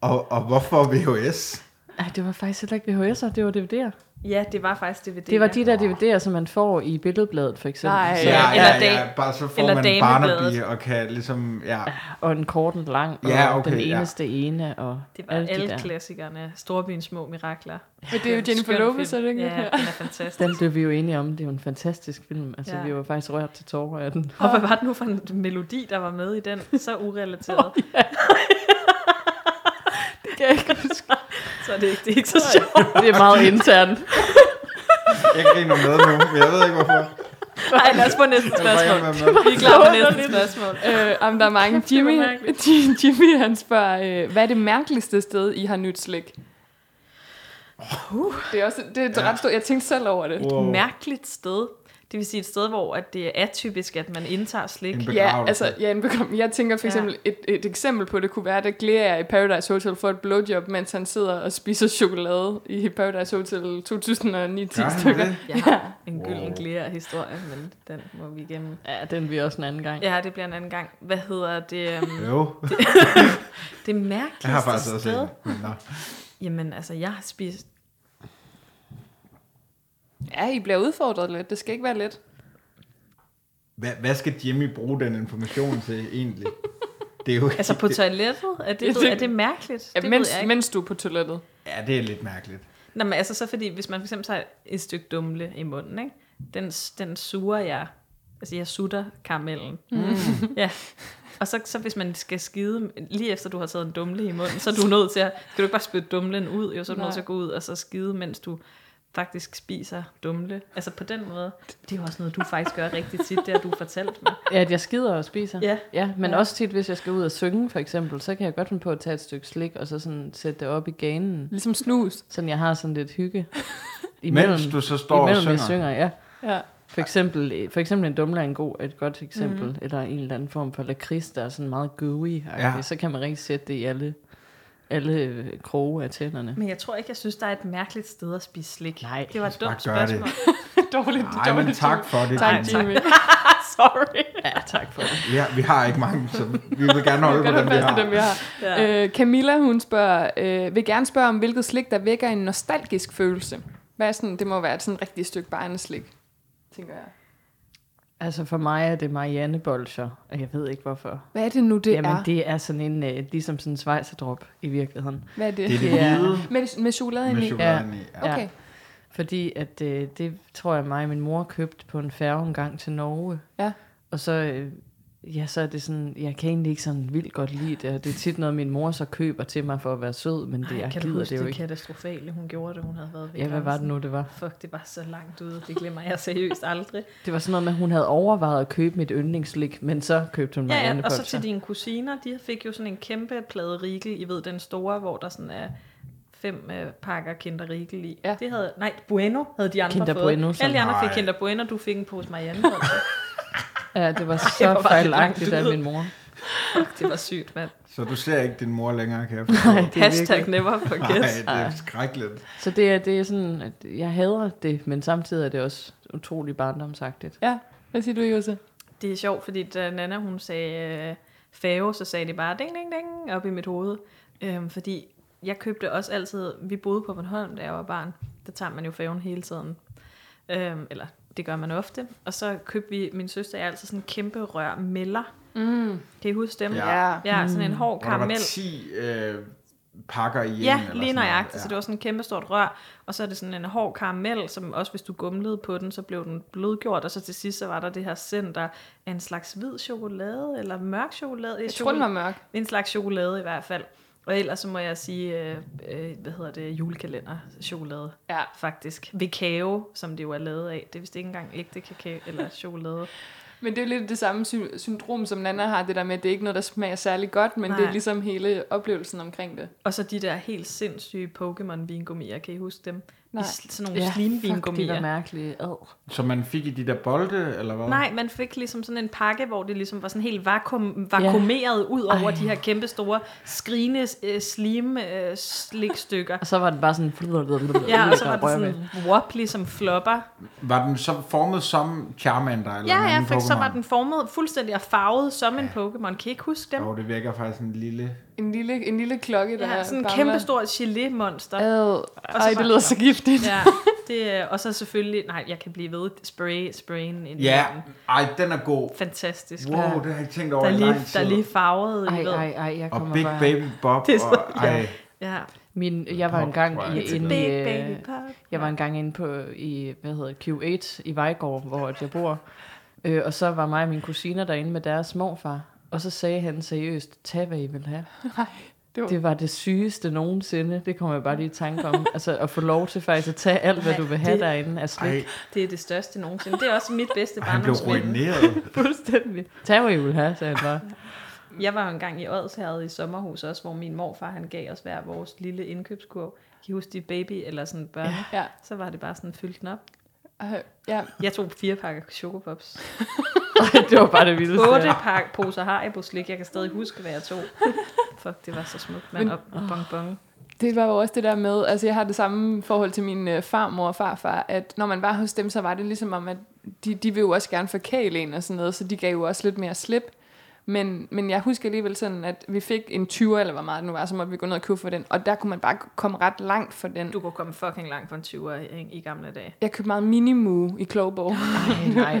E: og, og hvorfor VHS?
G: Nej, det var faktisk heller ikke VHS'er, det var DVD'er.
F: Ja, det var faktisk DVD.
G: Det var de der DVD'er, som man får i Billedbladet, for eksempel.
D: Nej.
G: Så,
D: Ja.
F: eller
E: ja,
F: da-
E: bare så får
F: eller
E: man
F: damebladet.
E: Barnaby og kan ligesom, ja.
G: Og en kort og lang, og
E: Ja, okay,
G: den
E: ja.
G: eneste ene, og
F: Det var alle,
G: alle de
F: alle
G: der.
F: klassikerne. Storbyens små mirakler.
D: Men det er jo Jennifer
F: Skøn
D: Lopez, er
F: film.
D: det ikke?
F: Ja, den er fantastisk.
G: Den blev vi jo enige om, det er jo en fantastisk film. Altså,
F: Ja.
G: vi var faktisk rørt til tårer af den.
F: Og hvad var det nu for en melodi, der var med i den? Så urelateret.
G: Det kan jeg ikke huske.
F: så er det ikke, det er ikke så sjovt.
G: Det er meget internt.
E: Jeg griner med nu, men jeg ved ikke hvorfor.
F: Nej, lad os få næste spørgsmål.
E: Jeg med.
F: Vi er klar på næste spørgsmål.
D: Øh, om der er mange. Jimmy, Jimmy han spørger, øh, hvad er det mærkeligste sted, I har nyt slik? Uh, det er også det er et ret stort. Jeg tænkte selv over det.
E: Wow.
F: Mærkeligt sted. Det vil sige et sted, hvor at det er atypisk, at man indtager slik.
E: En
D: Ja,
E: begravelse.
D: altså, ja, en bekom. Jeg tænker for
F: Ja.
D: eksempel, ja. et, et eksempel på det kunne være, at Glea er i Paradise Hotel for et blowjob, mens han sidder og spiser chokolade i Paradise Hotel 2009-10
E: Gør han
D: stykker.
E: det?
F: Jeg har en gylden wow. glæde af historie, men den må vi igennem.
G: Ja, den vi også en anden gang.
F: Ja, det bliver en anden gang. Hvad hedder det? øhm,
E: Jo,
F: Det
E: jeg har
F: mærkeligste
E: faktisk også
F: sted.
E: en. Men nå.
F: Jamen, altså, jeg har spist...
D: Ja, I bliver udfordret lidt. Det skal ikke være let.
E: Hvad, hvad skal Jimmy bruge den information til egentlig? Det er jo
F: Altså, på toilettet? Er
D: Ja,
F: det,
D: det-
F: er det mærkeligt?
D: Ja,
F: det
D: mens,
F: ved jeg ikke.
D: mens du er på toilettet.
E: Ja, det er lidt mærkeligt.
F: Nå, men altså så fordi, hvis man for eksempel tager et stykke dumle i munden, ikke? Den, den suger jeg. Altså jeg sutter karamellen. Mm. ja. Og så, så hvis man skal skide, lige efter du har taget en dumle i munden, så er du nødt til at, kan du ikke bare spytte dumlen ud, jo, så er du
D: Nej.
F: nødt til at gå ud og så skide, mens du faktisk spiser dumle. Altså på den måde, det er jo også noget, du faktisk gør rigtig tit, det har du fortalt mig.
G: Ja, at jeg skider og spiser.
F: Ja.
G: ja men
F: Ja.
G: ja. også tit, hvis jeg skal ud og synge, for eksempel, så kan jeg godt finde på at tage et stykke slik, og så sådan sætte det op i ganen,
F: Mm.
D: Ligesom snus.
G: sådan jeg har sådan lidt hygge.
E: Mens du så står og
G: imellem
E: synger.
G: jeg synger, ja.
D: Ja.
G: For eksempel, for eksempel en dumle er en god, et godt eksempel,
F: Mm-hmm.
G: mm. eller en eller anden form for lakrids, der er sådan meget gooey,
E: Ja.
G: ja. så kan man rigtig sætte det i alle, alle øh, kroge af tænderne.
F: Men jeg tror ikke, jeg synes, der er et mærkeligt sted at spise slik.
G: Nej.
F: Det var et dumt
E: Bare gør det.
F: spørgsmål.
D: Dårligt.
E: Nej, men
D: dårligt.
E: tak for det.
D: Tak,
E: Jimmy.
D: Jimmy.
F: Ah, Sorry.
G: Ja, tak for det.
E: Ja, vi har ikke mange, så vi vil gerne holde
D: Vi
E: på
D: gør
E: dem,
D: det
E: vi
D: fast
E: har.
D: i dem, vi har.
F: Ja.
D: Øh, Camilla, hun spørger, øh, vil gerne spørge om, hvilket slik, der vækker en nostalgisk følelse. Hvad er sådan, det må være et sådan rigtigt stykke barneslik, tænker jeg.
G: Altså for mig er det Marianne Bolscher, og jeg ved ikke hvorfor.
D: Hvad er det nu, det
G: Jamen
D: er?
G: det er sådan en, øh, ligesom sådan en svejserdrop i virkeligheden.
D: Hvad er det?
E: Det er det
G: Ja.
E: hvide
D: Med, med chokolade
E: med
D: ind i?
E: chokoladen i. Ja.
D: Okay.
G: Fordi at øh, det tror jeg mig og min mor købte på en færge en gang til Norge.
D: Ja.
G: Og så, øh, ja, så er det sådan, jeg kan egentlig ikke sådan vildt godt lide det, og det er tit noget, min mor så køber til mig for at være sød, men det,
F: Ej,
G: jeg
F: kan du
G: gider
F: huske
G: det jo
F: det
G: ikke.
F: katastrofale, hun gjorde, da hun havde været ved
G: Ja, hvad var det nu, det var?
F: Fuck, det var så langt ude. Det glemmer jeg seriøst aldrig.
G: Det var sådan noget med, at hun havde overvejet at købe mit yndlingslik, men så købte hun
F: ja,
G: Marianne
F: ja, og så
G: Bolscher.
F: til dine kusiner, de fik jo sådan en kæmpe plade rigel, I ved, den store, hvor der sådan er fem øh, pakker Kinder Rigel i.
D: Ja.
F: Det havde, nej, Bueno havde de andre
G: Kinder
F: fået.
G: Bueno,
F: Alle de
G: sådan.
F: andre fik
E: Nej.
F: Kinder Bueno, du fik en pose Marianne.
G: Ja, det var
F: hvor var
G: så
F: det
G: fejlagtigt
F: langt
G: af
F: ude.
G: min mor.
F: Fuck, det var sygt, mand.
E: Så du ser ikke din mor længere, kan jeg forstå. Nej,
G: Det er
F: Hashtag never forget.
E: det er skrækkeligt.
G: Så det er, det er sådan, at jeg hader det, men samtidig er det også utrolig barndomsagtigt.
D: Ja, hvad siger du, Jose?
F: Det er sjovt, fordi da Nana hun sagde øh, fave, så sagde det bare ding, ding, ding op i mit hoved. Øhm, fordi jeg købte også altid, vi boede på Bornholm, da jeg var barn. Der tager man jo faven hele tiden. Øhm, eller det gør man ofte. Og så købte vi, min søster og jeg, altid sådan en kæmpe rør meller. Mm. Kan I huske dem?
E: Ja.
F: ja sådan en hård
E: Og der var
F: karamel.
E: 10 øh, pakker i en.
F: Ja,
E: eller
F: lige
E: sådan noget.
F: nøjagtigt. Ja. Så det var sådan et kæmpestort rør, og så er det sådan en hård karamel, som også hvis du gumlede på den, så blev den blødgjort, og så til sidst så var der det her center af en slags hvid chokolade, eller mørk chokolade.
D: Jeg tror, den var mørk.
F: En slags chokolade i hvert fald. Og ellers så må jeg sige, øh, øh, hvad hedder det, julekalender chokolade
D: Ja.
F: faktisk. Ved kage, som det jo er lavet af. Det er vist ikke engang ægte kakao eller chokolade.
D: Men det er jo lidt det samme sy- syndrom, som Nana har, det der med, at det er ikke noget, der smager særlig godt, men Nej. det
F: Nej.
D: er ligesom hele oplevelsen omkring det.
F: Og så de der helt sindssyge Pokémon-vingummier, kan I huske dem?
D: Nej.
F: I sl- sådan nogle ja, slimvingummier.
G: var mærkelige. Ad.
E: Så man fik i de der bolde, eller hvad?
F: Nej, man fik ligesom sådan en pakke, hvor det ligesom var sådan helt vakuum, vakuumeret ud over
G: Ej.
F: de her kæmpe store skrigende øh, slim øh, slikstykker.
G: Og så var den bare sådan... Altså,
F: Ja, og så var det sådan wobbly som flopper.
E: Var den så formet som Charmander? Eller
F: Ja,
E: en
F: ja,
E: anden
F: for så
E: Pokémon?
F: var den formet fuldstændig og farvet som en Pokémon. Kan I ikke huske dem?
E: Jo, det virker faktisk en lille...
D: En lille, en lille klokke, der
F: Ja, sådan en
D: bamler.
F: kæmpe stor gelé-monster.
D: Ad.
F: så
D: Ej,
F: var-
D: det lyder så giftigt. Ja.
F: Ja, det, øh, og så selvfølgelig, nej, jeg kan blive ved, spray, sprayen ind i
E: Ja,
F: den.
E: ej, den er god.
F: Fantastisk.
E: Wow, det har jeg ikke tænkt over
F: der, er
E: i
F: lige,
E: lang tid.
F: der er lige farvet, I
G: Ej,
F: ved.
G: ej, ej, jeg
E: Og
G: kommer
E: Big
G: bare...
E: Baby Bob.
F: Det er så-
E: og, ej,
F: Ja.
G: Min, jeg var
E: Pop,
G: engang
E: tror jeg,
G: i,
E: det
G: inde i,
F: Big
G: øh,
F: baby pop.
G: jeg var engang inde på i, hvad hedder, Q8 i Vejgaard, hvor at jeg bor. Øh, og så var mig og mine kusiner derinde med deres morfar. Og så sagde han seriøst, tag hvad I vil have.
D: det var-
G: det var det sygeste nogensinde. Det kommer jeg bare lige i tanke om. altså at få lov til faktisk at tage alt, hvad du vil have
F: det-
G: derinde af slik.
E: ej,
F: Det er det største nogensinde. Det er også mit bedste
E: han blev
F: barndomsminde.
E: ruineret.
G: Fuldstændig. Tag hvad I vil have, sagde han bare.
F: Jeg var jo engang i Odsherred i sommerhus også, hvor min morfar han gav os hver vores lille indkøbskurv. Kan I huske de baby eller sådan børn? Ja.
D: ja.
F: Så var det bare sådan fyldt den op.
D: Øh, ja,
F: Jeg tog fire pakker chokopops.
G: det var bare det vildeste.
F: Otte pakke poser Haribo slik. Jeg kan stadig huske, hvad jeg tog. Fuck, det var så smukt, mand.
D: Men-
F: Og bonbon.
D: Det var jo også det der med, altså jeg har det samme forhold til min øh, farmor og farfar, at når man var hos dem, så var det ligesom om, at de, de ville jo også gerne forkæle en og sådan noget, så de gav jo også lidt mere slip. Men, men jeg husker alligevel sådan, at vi fik en 20 eller hvor meget det nu var, så måtte vi gå ned og købe for den, og der kunne man bare komme ret langt for den.
F: Du kunne komme fucking langt for en 20'er i, i gamle dage.
D: Jeg købte meget minimu i Klogborg.
G: Nej, nej,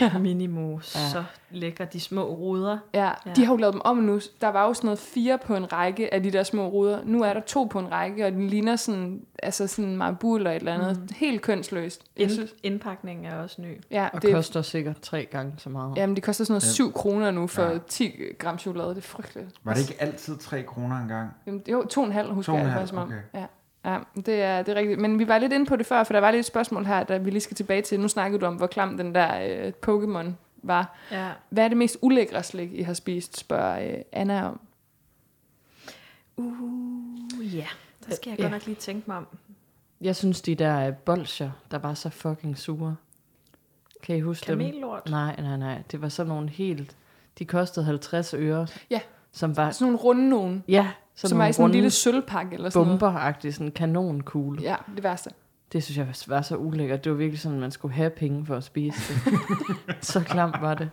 G: nej.
F: Minimo. Så lækker de små ruder.
D: Ja,
F: Ja.
D: ja, de har jo lavet dem om nu. Der var jo sådan noget fire på en række af de der små ruder. Nu er der to på en række, og den ligner sådan, altså sådan marabu eller et eller andet. Mm. Helt kønsløst. Jeg
F: Ind,
D: synes,
F: indpakningen er også ny.
D: ja,
G: Og det
D: det,
G: koster sikkert tre gange så meget.
D: Jamen, det koster sådan noget
E: Ja.
D: 7 kroner nu for
E: Ja.
D: ja. 10 gram chokolade. Det er frygteligt.
E: Var det ikke altid 3 kroner engang?
D: Jamen, Jo, 2,5 husker
E: 2,5,
D: jeg faktisk om.
E: okay.
D: Ja. Ja, det er, det er rigtigt. Men vi var lidt inde på det før, for der var lidt et spørgsmål her, der vi lige skal tilbage til. Nu snakkede du om, hvor klam den der øh, Pokémon var.
F: Ja.
D: Hvad er det mest ulækre slik, I har spist, spørger øh, Anna om.
F: Uh, ja. Der skal jeg
G: Ja.
F: godt nok lige tænke mig om.
G: Jeg synes, de der øh, bolsjer, der var så fucking sure. Kan I huske dem?
F: Kamellort.
G: Nej, nej, nej. Det var sådan nogle helt... De kostede 50 øre.
D: Ja.
G: Som var...
D: Sådan nogle runde nogen,
G: Ja,
D: som,
G: som,
D: som var i sådan en lille sølvpakke eller sådan noget.
G: bomberagtig, sådan en kanonkugle.
D: Ja, det værste.
G: Det synes jeg var- var så ulækkert. Det var virkelig sådan, at man skulle have penge for at spise det. så klamt var det.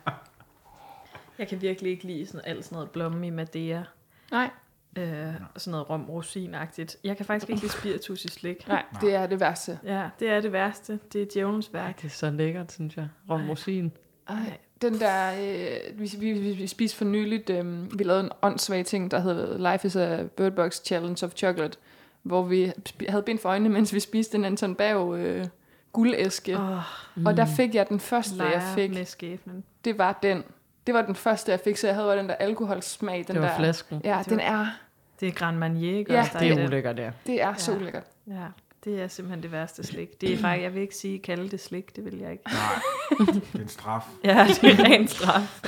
F: Jeg kan virkelig ikke lide sådan alt sådan noget blomme i Madeira.
D: Nej,
F: Øh, og sådan noget rom rosin -agtigt. Jeg kan faktisk ikke lide spiritus i slik.
D: nej, det er det værste.
F: Ja, det er det værste. Det er djævelens
G: Ej,
F: værk.
G: det er så lækkert, synes jeg. Rom rosin.
D: Ej, den der, øh, vi, vi, vi, vi spiste for nyligt, øh, vi lavede en åndssvag ting, der hed Life is a Bird Box Challenge of Chocolate, hvor vi sp- havde bind for øjnene, mens vi spiste en Anton Bav øh, guldæske.
F: Åh,
D: Oh,
F: oh,
D: og der fik jeg den første, jeg
F: leger
D: fik,
F: med skæbnen.
D: det var den. Det var den første, jeg fik, så jeg havde jo den der alkoholsmag. Den
G: Den det var
D: der,
G: flasken.
D: Ja,
F: Det
D: den
F: var-
D: er,
F: Det er Grand Marnier, ikke
D: Ja,
F: også? Der
G: Det
F: i
G: er
F: den?
G: ulækkert, der.
D: det er ja. så
F: Ja.
D: ulækkert.
F: Ja, det er simpelthen det værste slik. Det er faktisk, jeg vil ikke sige, kalde det slik, det vil jeg ikke.
E: Nej, det er en straf.
F: Ja, det er ren straf.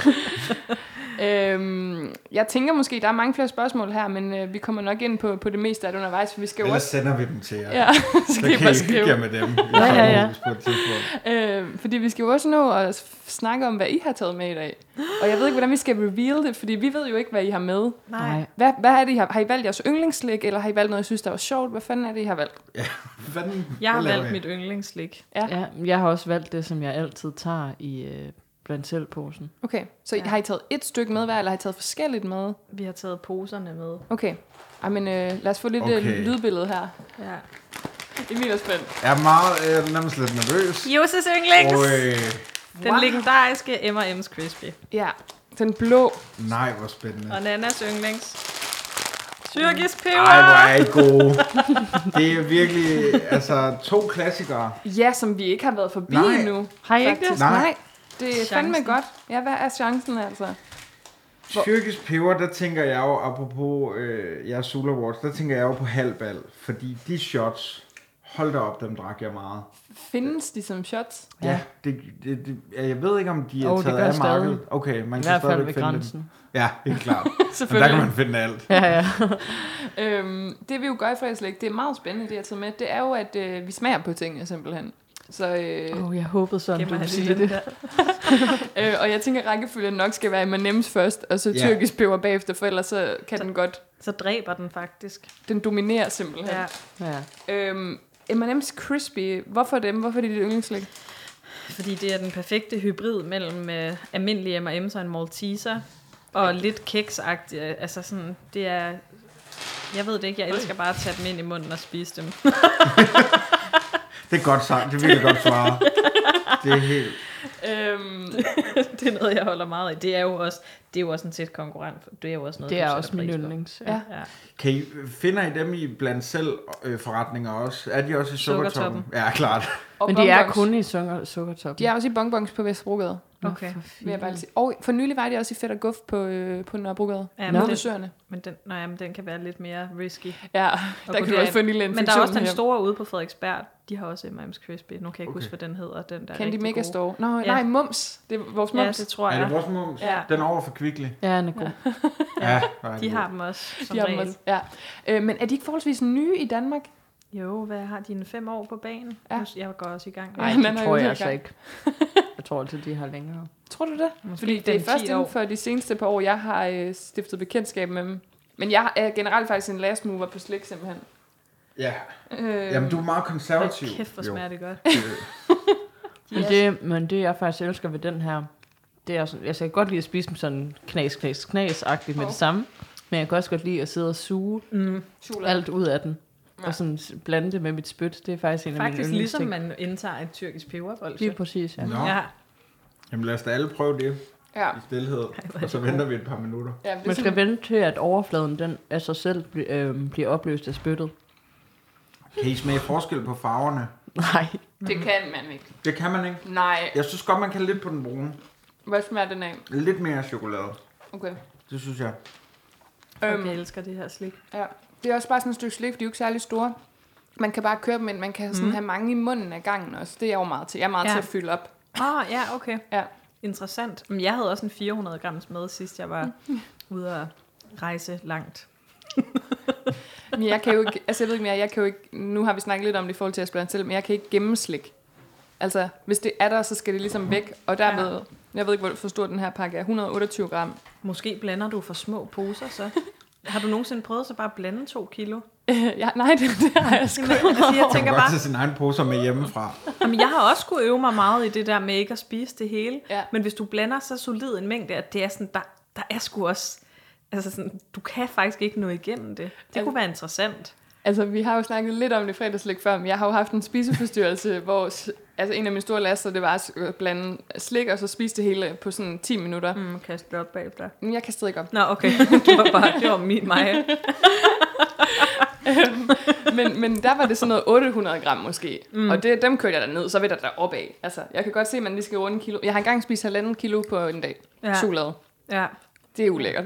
D: Øhm, jeg tænker måske, der er mange flere spørgsmål her, men øh, vi kommer nok ind på, på det meste af det undervejs, for vi skal jo
E: Ellers
D: også...
E: sender vi dem til jer.
D: Ja,
E: Så
D: skal I
E: kan
D: bare
E: I hygge
D: skrive.
E: jer med dem.
G: Ja, ja, ja.
E: På et tidspunkt.
D: Øh, fordi vi skal jo også nå at f- snakke om, hvad I har taget med i dag. Og jeg ved ikke, hvordan vi skal reveal det, fordi vi ved jo ikke, hvad I har med.
G: Nej.
D: Hvad, hvad er det, I har? Har I valgt jeres yndlingsslik, eller har I valgt noget, I synes, der var sjovt? Hvad fanden er det, I har valgt?
E: Hvad den,
F: Jeg har
E: hvad laver
F: valgt
E: I?
F: mit yndlingsslik.
G: Ja, jeg har også valgt det, som jeg altid tager i øh, blandt selvposen.
D: Okay, så
F: Ja.
D: ja. har I taget et stykke med hver, eller har I taget forskelligt med?
F: Vi har taget poserne med.
D: Okay. Ej, men øh, lad os få lidt okay.
E: Okay.
D: lydbillede her.
F: Ja.
D: Emil er spændt.
E: Jeg er meget, jeg er nærmest lidt nervøs.
F: Joses yndlings!
E: Og øh,
F: Den legendariske M&M's Crispy.
D: Ja, den blå.
E: nej, hvor spændende.
F: Og Nannas yndlings. Tyrkisk
E: Ej, hvor
F: peber!
E: er I gode. Det er virkelig, altså, to klassikere.
D: Ja, som vi ikke har været forbi
E: Nej.
D: endnu.
G: Har I ikke
D: Faktisk.
G: det?
E: Nej.
D: Nej. Nej. Det er
F: Chancen.
D: fandme godt. Ja, hvad er chancen altså? Hvor-
E: Tyrkisk peber, der tænker jeg jo, apropos øh, jeres Soul Awards, der tænker jeg jo på halvbal. Fordi de shots, hold da op, dem drak jeg meget.
D: Findes de som shots?
E: Ja, det, det, det, ja, jeg ved ikke, om de er
G: Jo,
E: oh,
G: det
E: taget
G: gør
E: af
G: stadig.
E: markedet. Okay, man
G: I
E: kan
G: hvert fald
E: stadigvæk
G: ved
E: finde
G: grænsen.
E: dem. Ja, helt klart. Men der
D: Selvfølgelig.
E: kan man finde alt.
G: Ja, ja.
D: Øhm, det vi jo gør i Fredagslæg, det er meget spændende, det jeg har taget med, det er jo, at øh, vi smager på tingene simpelthen. Så, øh,
G: Åh, oh, jeg håbede sådan, du
F: Gemmer jeg
G: ville
F: lige
G: sige
F: den
G: det.
F: der.
D: øh, og jeg tænker, at rækkefølgen nok skal være M&M's først, og så
E: Ja.
D: tyrkisk peber bagefter, for ellers så kan den godt,
F: Så dræber den faktisk.
D: den dominerer simpelthen.
F: Ja.
D: Ja.
G: Ja.
D: Øhm, M&M's Crispy, hvorfor dem? Hvorfor er det dit yndlingsslik?
F: Fordi det er den perfekte hybrid mellem øh, almindelige M&M's og en Malteser. Og lidt keksagtig. øh, Altså sådan, det er... Jeg ved det ikke, jeg elsker bare at tage dem ind i munden og spise dem.
E: Det er godt sagt, det er virkelig godt svaret. Det er helt...
D: Øhm,
F: det er noget, jeg holder meget af. Det er jo også, det er jo også en tæt konkurrent. Det er jo også noget,
G: Det
F: du
G: er
F: sætter
G: også min
F: pris på.
G: yndlings.
D: ja.
F: Ja.
E: Kan I, finder I dem i blandt selv øh, forretninger også? Er de også i sukkertoppen?
F: Sukkertoppen.
E: Ja, klart.
D: Og
G: Men det er
D: bonbons.
G: kun i sukker, sukkertoppen.
D: De er også i bonbons på Vestebrogade,
F: Okay.
D: vil jeg
F: Mm.
D: bare lige sige. Og for nylig var de også i Fedt og Guf på, øh, på Nørrebrogade.
F: Ja,
D: Nå.
F: men,
D: På
G: det-
F: den,
D: Løsøerne.
F: men, den, nej, men den kan være lidt mere risky.
D: Ja,
F: Og
D: der
F: gå
D: kan du også
F: derind.
D: få en lille
F: Men der er også den
D: infektion
F: store ude på Frederiksberg. De har også M&M's Crispy. Nu kan jeg ikke
E: Okay.
F: huske, hvad den hedder. Den der er
D: Candy
F: rigtig
D: Mega
F: gode.
D: Store. Nå, ja.
F: Ja.
D: nej, Mums. Det er vores
F: Ja,
D: Mums.
F: det tror
E: Er det
F: jeg.
E: vores mums?
F: Ja.
E: Den er over for kvickly.
G: Ja, den er god.
E: Ja, hvor er den
F: De
E: god.
F: har dem også, som
D: De har dem
F: regel.
D: også, ja. Øh, men er de ikke forholdsvis nye i Danmark?
F: Jo, hvad har dine fem år på banen?
D: Ja.
F: Ja. Jeg går også i gang.
D: Ej,
G: Nej,
D: man
G: det
D: har
G: tror
D: jo
G: jeg
D: helt
G: altså
D: gang.
G: ikke. Jeg tror altid, de har længere.
D: Tror du det?
F: Måske
D: Fordi det er
F: fem,
D: først
F: ti
D: inden
F: år.
D: for de seneste par år, jeg har øh, stiftet bekendtskab med dem. Men jeg er generelt faktisk en last mover på slik, simpelthen.
E: Ja,
D: Øh,
E: jamen du er meget konservativ.
F: Hold kæft, hvor
E: jo.
F: smager det godt.
E: Øh,
G: Men det, men det, jeg faktisk elsker ved den her, det er sådan, altså, jeg kan godt lide at spise dem sådan knas, knas, knas-agtigt med
D: Hov.
G: det samme. Men jeg kan også godt lide at sidde og suge
F: Mm.
G: alt ud af den.
D: Ja.
G: Og sådan s- blande det med mit spyt. Det er faktisk en af
F: Faktisk
G: mine
F: ligesom
G: yndlingsting.
F: man indtager et tyrkisk peberbold.
G: Lige præcis, ja.
E: Nå,
F: Ja.
E: jamen lad os da alle prøve det
D: Ja.
E: i stillhed, og så venter vi et par minutter.
D: Ja, det er
G: Man skal
D: sådan,
G: vente til, at overfladen den af sig selv bl- øh, bliver opløst af spyttet.
E: Kan I smage forskel på farverne?
G: Nej,
D: det kan man ikke.
E: Det kan man ikke.
D: Nej.
E: Jeg synes godt, man kan lidt på den brune.
D: Hvad smager den af?
E: Lidt mere chokolade.
D: Okay.
E: Det synes jeg.
F: Øhm.
D: Øhm,
F: Jeg elsker det her slik.
D: Ja. Det er også bare sådan et stykke slik, for de er jo ikke særlig store. Man kan bare køre dem ind. Man kan sådan mm. have mange i munden af gangen også. Det er jeg jo meget til. Jeg er meget ja.
F: Ja.
D: til at fylde op.
F: Åh, oh, ja, okay.
D: Ja.
F: Interessant. Men jeg havde også en 400 grams med, sidst jeg var ude at rejse langt.
D: Men jeg kan jo ikke, altså jeg ved ikke mere, jeg kan jo ikke, nu har vi snakket lidt om det i forhold til at spørge selv, men jeg kan ikke gemme slik. Altså, hvis det er der, så skal det ligesom væk, og derved, ja. jeg ved ikke, hvor for stor den her pakke er, 128 gram.
F: Måske blander du for små poser, så. Har du nogensinde prøvet så bare at blande to kilo?
D: ja, nej, det, det har jeg sgu.
F: Jamen, altså, jeg
E: Man kan
F: tænker
E: godt
F: bare,
E: tage sin egen poser med hjemmefra.
F: jamen, jeg har også skulle øve mig meget i det der med ikke at spise det hele.
D: Ja.
F: Men hvis du blander så solid en mængde, at det er sådan, der, der er sgu også... Altså sådan, du kan faktisk ikke nå igennem det. Det kunne være interessant.
D: Altså, vi har jo snakket lidt om det fredagslik før, men jeg har jo haft en spiseforstyrrelse, hvor s- altså, en af mine store laster, det var at s- øh, blande slik, og så spise det hele på sådan 10 minutter. Mm.
F: Mm, kaste det op bagefter.
D: Men jeg kastede ikke op.
F: Nå, okay. Det var bare, det var min mig.
D: Men, men der var det sådan noget 800 gram måske. Mm. Og det, dem kørte jeg ned, så vil der der opad. Altså, jeg kan godt se, at man lige skal runde en kilo. Jeg har engang spist halvanden kilo på en dag. Ja.
F: Ja.
D: Chokolade.
F: Ja.
D: Det er ulækkert.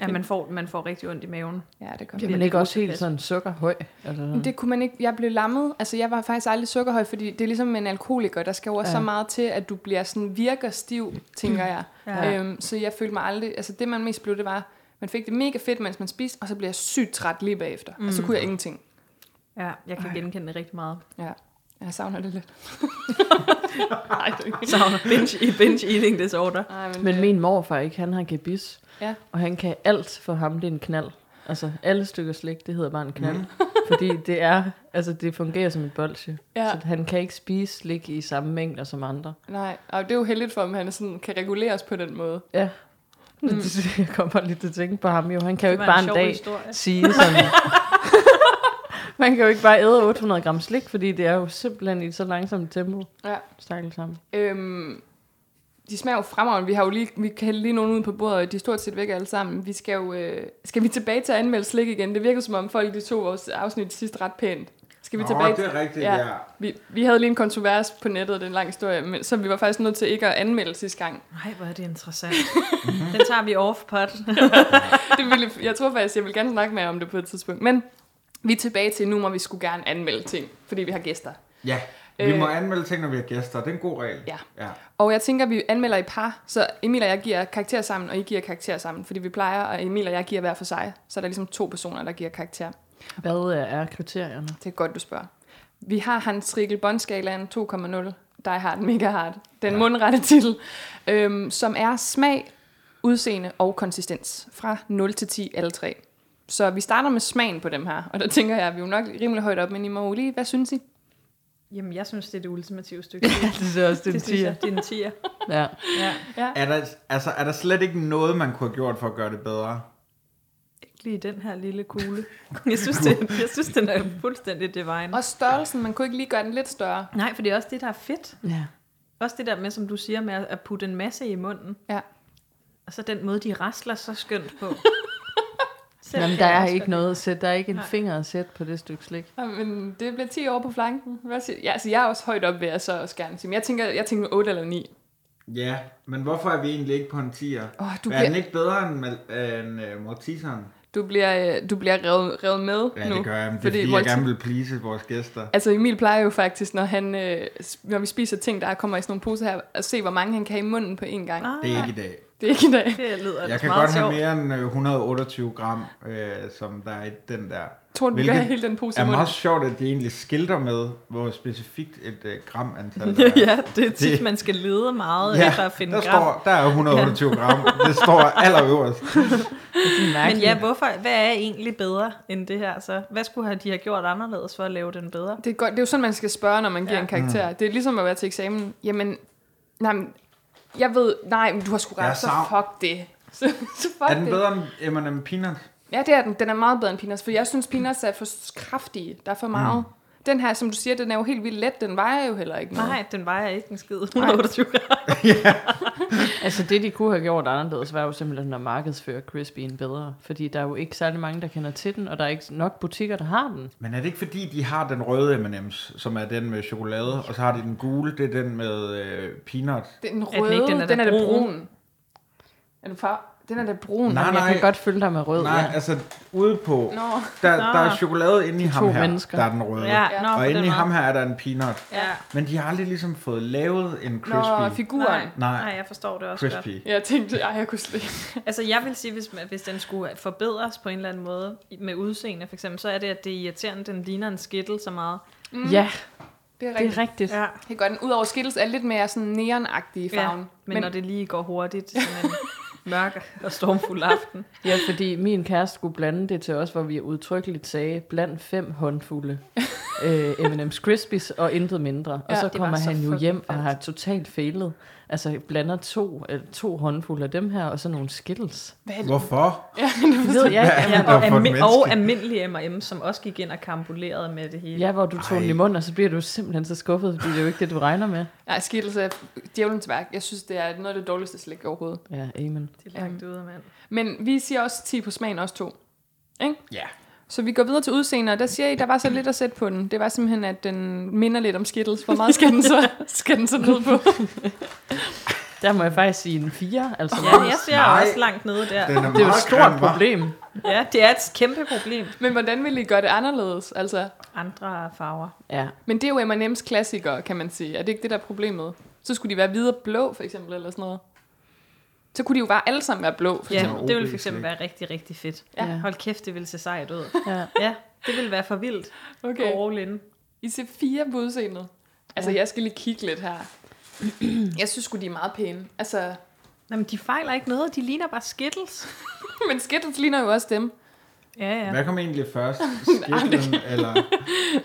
F: Ja, man får, man får rigtig ondt i maven.
D: Ja, det gør
G: bliver man
F: det
G: ikke
F: er
G: også helt
F: utilpas.
G: sådan sukkerhøj? Altså, sådan.
D: Det kunne man ikke. Jeg blev lammet. Altså, jeg var faktisk aldrig sukkerhøj, fordi det er ligesom en alkoholiker. Der skal over ja. så
G: Ja.
D: meget til, at du bliver sådan virker stiv, tænker jeg.
F: Ja.
D: Øhm, så jeg følte mig aldrig... Altså, det man mest blev, det var, man fik det mega fedt, mens man spiste, og så blev jeg sygt træt lige bagefter. Mm. Og så kunne jeg ingenting.
F: Ja, jeg kan genkende det rigtig meget.
D: Ja. Jeg savner det lidt. Nej, det er ikke.
F: Savner binge, i binge eating disorder.
D: Ej,
G: Men
D: det-
G: min morfar, ikke? Han har gebis.
D: Ja.
G: Og han kan alt for ham, det er en knald. Altså, alle stykker slik, det hedder bare en knald. Mm. Fordi det er, altså det fungerer som et bolsje.
D: Ja.
G: Så han kan ikke spise slik i samme mængder som andre.
D: Nej, og det er jo heldigt for, om han sådan kan reguleres på den måde.
G: Ja. Mm. Jeg kommer bare lidt til at tænke på ham jo. Han kan
F: Det
G: jo ikke
F: var
G: bare
F: en
G: en,
F: sjov
G: dag
F: historie.
G: sige sådan... Man kan jo ikke bare æde 800 gram slik, fordi det er jo simpelthen i et så langsomt tempo.
D: Ja.
G: Stakkel sammen.
D: Øhm, de smager jo fremragende. Vi har jo lige, vi kan hælde lige nogen ud på bordet, og de er stort set væk alle sammen. Vi skal jo, øh, skal vi tilbage til at anmelde slik igen? Det virker som om folk, de to vores afsnit sidst ret pænt. Skal vi
E: Nå,
D: tilbage
E: det er rigtigt,
D: Ja.
E: ja. ja.
D: Vi, vi havde lige en kontrovers på nettet, det er en lang historie, men, så vi var faktisk nødt til ikke at anmelde sidste gang.
F: Nej, hvor er det interessant.
G: Mhm.
F: Den tager vi off pot.
D: Det ville, jeg tror faktisk, jeg vil gerne snakke med jer om det på et tidspunkt. Men vi er tilbage til nu, hvor vi skulle gerne anmelde ting, fordi vi har gæster.
E: Ja, vi
D: Øh.
E: må anmelde ting, når vi har gæster. Det er en god regel.
D: Ja.
E: ja.
D: Og jeg tænker, at vi anmelder i par, så Emil og jeg giver karakter sammen, og I giver karakter sammen. Fordi vi plejer, at Emil og jeg giver hver for sig. Så er der ligesom to personer, der giver karakter.
G: Hvad er, er kriterierne?
D: Det er godt, du spørger. Vi har hans Rikkel Bondskalaen 2.0, Die Hard Mega Hard, den ja. mundrette titel, øhm, som er smag, udseende og konsistens fra 0 til 10 alle tre. Så vi starter med smagen på dem her, og der tænker jeg, at vi er jo nok rimelig højt op, men I må jo lige, hvad synes I?
F: Jamen, jeg synes, det er det ultimative stykke.
G: Ja, det er også det,
F: Det
G: det
F: synes
G: siger.
F: jeg, det er en tier.
G: Ja.
F: Ja,
E: Er der, altså, er der slet ikke noget, man kunne have gjort for at gøre det bedre?
F: lige den her lille kugle. Jeg synes, det, jeg synes den er fuldstændig divine.
D: Og størrelsen, man kunne ikke lige gøre den lidt større.
F: Nej, for det er også det, der er fedt.
G: ja.
F: Også det der med, som du siger, med at putte en masse i munden.
D: Ja.
F: Og så den måde, de rasler så skønt på. Selv
G: Jamen,
F: kan
G: der
F: jeg
G: er
F: også
G: ikke
F: godt
G: noget at sætte. Der er ikke en finger at sætte på det stykke slik.
D: Men det bliver 10 år på flanken. Hvad siger? Ja, altså, jeg er også højt op, vil jeg så også gerne sige. Men jeg tænker, jeg tænker 8 eller 9.
E: Ja, men hvorfor er vi egentlig ikke på en 10'er?
D: Åh, du
E: er
D: bliver-
E: den ikke bedre end, Mal- end uh, Mortiseren?
D: Du bliver, øh, du bliver revet, revet med
E: Ja,
D: nu.
E: det gør jeg, men det er fordi, fordi
D: hvor-
E: jeg gerne vil please vores gæster.
D: Altså Emil plejer jo faktisk, når, han, øh, s- når vi spiser ting, der kommer i sådan nogle poser her, at se, hvor mange han kan have i munden på én gang. Ah.
E: Det er ikke i dag.
D: Det er ikke i dag.
F: Det lyder
E: Jeg kan
F: meget
E: godt
F: sjovt.
E: have mere end øh, 128 gram, øh, som der er i den der.
D: Tror du, du kan
E: Hvilket
D: have hele den pose
E: Det er
D: i munden?
E: meget sjovt, at de egentlig skilter med, hvor specifikt et øh, gram antal der er.
F: ja, det er tit,
E: Det-
F: man skal lede meget
E: Ja,
F: efter at finde
E: der,
F: gram.
E: står, der er 128 gram. Det står allerøverst.
F: Men ja, hvorfor, hvad er egentlig bedre end det her så? Hvad skulle have de have gjort anderledes for at lave den bedre?
D: Det er, godt, det er jo sådan, man skal spørge, når man giver
F: Ja.
D: ja. en karakter.
E: Mm.
D: Det er ligesom at være til eksamen. Jamen, nej, men, jeg ved, nej, men du har sgu
E: Jeg
D: ret,
E: er
D: så
E: sav.
D: fuck det. Så, så fuck
E: Er den
D: det.
E: bedre end M&M Peanut?
D: Ja, det er den. Den er meget bedre end peanuts, for jeg synes, peanuts er for kraftige. Der er for meget. Mm. Den her, som du siger, den er jo helt vildt let. Den vejer jo heller ikke noget.
F: Nej, den vejer ikke en skid. 128 gram.
G: Altså det, de kunne have gjort anderledes, var jo simpelthen at markedsføre Crispy'en bedre. Fordi der er jo ikke særlig mange, der kender til den, og der er ikke nok butikker, der har den.
E: Men er det ikke fordi, de har den røde M&M's, som er den med chokolade, og så har de den gule, det er den med øh, peanut?
D: Den
F: den
D: røde,
F: ikke?
D: den er, den er da brun. Er du far? Den er da brun.
E: Nej,
G: Jamen, jeg
E: nej.
G: kan godt følge dig med rød.
E: Nej,
G: ja.
E: altså ude på,
D: Nå,
E: der, der
F: Nå.
E: er chokolade inde i ham
G: to
E: her,
G: mennesker.
E: der er den røde.
F: Ja,
D: Ja.
F: nå, på
E: og inde
F: den
E: i
F: måde.
E: ham her er der en peanut.
F: Ja.
E: Men de har aldrig ligesom fået lavet en
D: Nå
E: crispy.
D: figuren.
F: Nej.
E: Nej.
F: Nej, jeg forstår det også godt.
E: crispy.
D: Jeg tænkte, ej, jeg kunne slet
F: Altså, jeg vil sige, hvis, man- hvis den skulle forbedres på en eller anden måde, i- med udseende for eksempel, så er det, at det er irriterende, den ligner en skittel så meget.
G: Ja,
D: Mm, Det er
G: det
D: rigtigt.
G: er rigtigt.
F: Ja.
D: Det er godt. Udover skittles er lidt mere sådan neonagtig i farven.
F: ja. Men, men, når det lige går hurtigt, sådan en mørk og stormfuld aften.
G: Ja, fordi min kæreste skulle blande det til os, hvor vi udtrykkeligt sagde, bland fem håndfulde øh, M&M's Crispies og intet mindre. Og
D: Ja,
G: så
F: det var
G: kommer
F: så
G: han jo
F: fucking
G: hjem og
F: falsk.
G: har totalt fejlet. Altså blander to, øh, to håndfulde af dem her, og så nogle skittles.
E: Hvorfor?
G: Ved jeg ikke,
F: Ja,
G: jamen,
E: der
F: og,
E: er for et
F: almi-
E: menneske?
F: og almindelige M&M, som også gik ind og kambulerede med det hele.
G: Ja, hvor du tog den i
E: Ej.
G: munden, og så bliver du simpelthen så skuffet, fordi det er jo ikke det, du regner med.
D: Nej, skittles er djævelens værk. Jeg synes, det er noget af det dårligste slik overhovedet.
G: Ja, amen.
F: Det er langt ude, mand.
D: Men vi siger også 10 på smagen, også to.
E: Ja.
D: Så vi går videre til udseende, og der siger I, der var så lidt at sætte på den. Det var simpelthen, at den minder lidt om skittles. Hvor meget skal den så, skal den så ned på?
G: Der må jeg faktisk sige en fire. Altså,
F: Ja, jeg ser
E: Nej.
F: også langt nede der.
E: Den er
G: det er jo
E: meget
G: et stort
E: grim, hva'?
G: problem.
F: Ja, det er et kæmpe problem.
D: Men hvordan ville I gøre det anderledes? Altså,
F: Andre farver.
G: Ja,
D: men det er jo M&M's klassikere, kan man sige. Er det ikke det, der er problemet? Så skulle de være hvide og blå, for eksempel, eller sådan noget. Så kunne de jo bare alle sammen være blå, for
F: Ja,
D: eksempel.
F: det ville for
E: OB-slik.
F: eksempel være rigtig, rigtig fedt.
G: Ja.
F: Hold kæft, det ville se sejt ud.
G: ja.
F: Ja, det ville være for vildt.
D: Okay.
F: Gå all in.
D: I ser fire på udseendet. Altså, jeg skal lige kigge lidt her. Jeg synes sgu, de er meget pæne. Altså,
F: Jamen, de fejler ikke noget. De ligner bare skittles.
D: men Skittles ligner jo også dem.
F: Ja, ja.
E: Hvad kom egentlig først? Skitlen eller...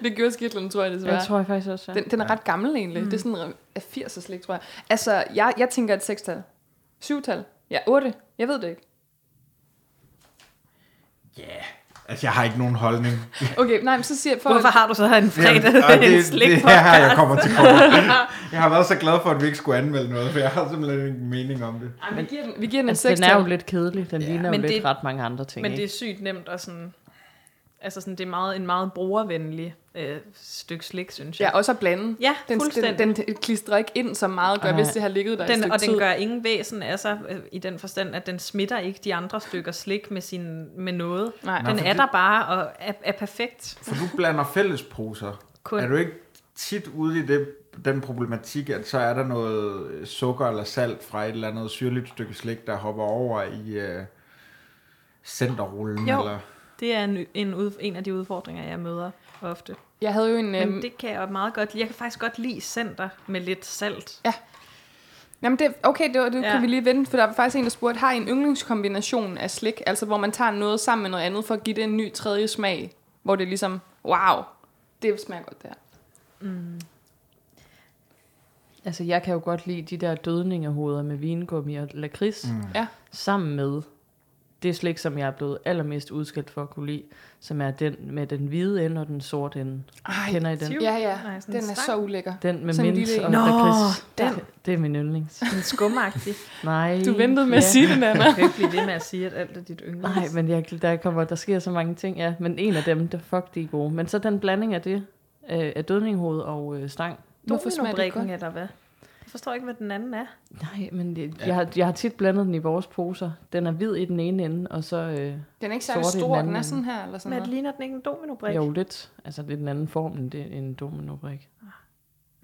D: Det gjorde Skittlen, tror jeg desværre.
G: Jeg tror jeg faktisk også, ja.
D: Den, den er ret gammel egentlig. Mm. Det er sådan af 80'er slik, tror jeg. Altså, jeg, jeg tænker et sekstal. Syvtal. Ja, otte. Jeg ved det ikke.
E: Ja. Yeah. Altså, jeg har ikke nogen holdning.
D: Okay, nej, men så siger jeg for...
F: Hvorfor har du så en fredag
E: Jamen, og
F: med en
E: det,
F: slik
E: det er her, jeg kommer til kort. Jeg har været så glad for, at vi ikke skulle anmelde noget, for jeg har simpelthen ingen mening om det.
D: Ej, vi giver den, vi giver den
G: Altså,
D: en
G: den er jo
D: sekstal.
G: lidt kedelig. Den ligner
F: Men
G: jo lidt
F: det-
G: ret mange andre ting,
F: Men det
G: ikke?
F: er sygt nemt og sådan... Altså sådan, det er meget, en meget brugervenlig øh, stykke slik, synes jeg.
D: Ja, også at blande.
F: Ja,
D: Den,
F: fuldstændig.
D: den, den klistrer ikke ind så meget, gør,
G: Ej.
D: hvis det har ligget der et
F: Den,
D: stykke
F: og den
D: tid.
F: gør ingen væsen af sig øh, i den forstand, at den smitter ikke de andre stykker slik med, sin, med noget.
D: Nej.
F: den
E: Nå,
F: er
E: fordi-
F: der bare og er, er perfekt.
E: For du blander fællesposer.
F: Kun.
E: Er du ikke tit ude i det, den problematik, at så er der noget øh, sukker eller salt fra et eller andet syrligt stykke slik, der hopper over i øh, centerrullen?
F: Jo.
E: Eller?
F: Det er en, en, ud, en af de udfordringer, jeg møder ofte.
D: Jeg havde jo en...
F: Men
D: Øhm,
F: det kan jeg jo meget godt lide. Jeg kan faktisk godt lide center med lidt salt.
D: Jamen det, okay, det, var, det
F: Ja.
D: ja. kan vi lige vente, for der var faktisk en, der spurgte, har I en yndlingskombination af slik, altså hvor man tager noget sammen med noget andet, for at give det en ny tredje smag, hvor det er ligesom, wow, det smager godt der.
G: Altså, jeg kan jo godt lide de der dødningehoveder med vingummi og lakrids, mm.
D: Ja.
G: sammen med det slik, som jeg er blevet allermest udskilt for at kunne lide, som er den med den hvide ende og den sorte ende.
D: Ej,
G: Kender I den?
F: Tiv.
D: Ja, ja,
F: Nej, sådan
D: den
F: en
D: er
F: stang.
D: så ulækker.
G: Den med
D: Sådan en
G: mint
D: lille
G: og
D: en.
F: Nå,
G: lakrids.
F: den.
G: Det er min yndlings.
F: Den skumagtig.
G: Nej.
D: Du ventede med at sige det, Nana.
F: Jeg kan ikke blive ved med at sige, at alt er dit yndlings.
G: Nej, men jeg, der, kommer, der sker så mange ting, ja. Men en af dem, der fuck, de er gode. Men så den blanding af det, øh, af dødninghoved og øh, stang.
D: Hvorfor smager det
F: Dominobrikken,
D: godt?
F: eller hvad? Jeg forstår ikke, hvad den anden er.
G: Nej, men det, jeg, har, jeg har tit blandet den i vores poser. Den er hvid i den ene ende, og så øh,
D: Den er ikke særlig
G: Sort i den
D: stor, den,
G: anden
D: er
G: ende.
D: sådan her, eller sådan
F: Men
D: noget.
F: ligner den ikke en dominobrik?
G: jo lidt. Altså det er den anden form, end det er en dominobrik.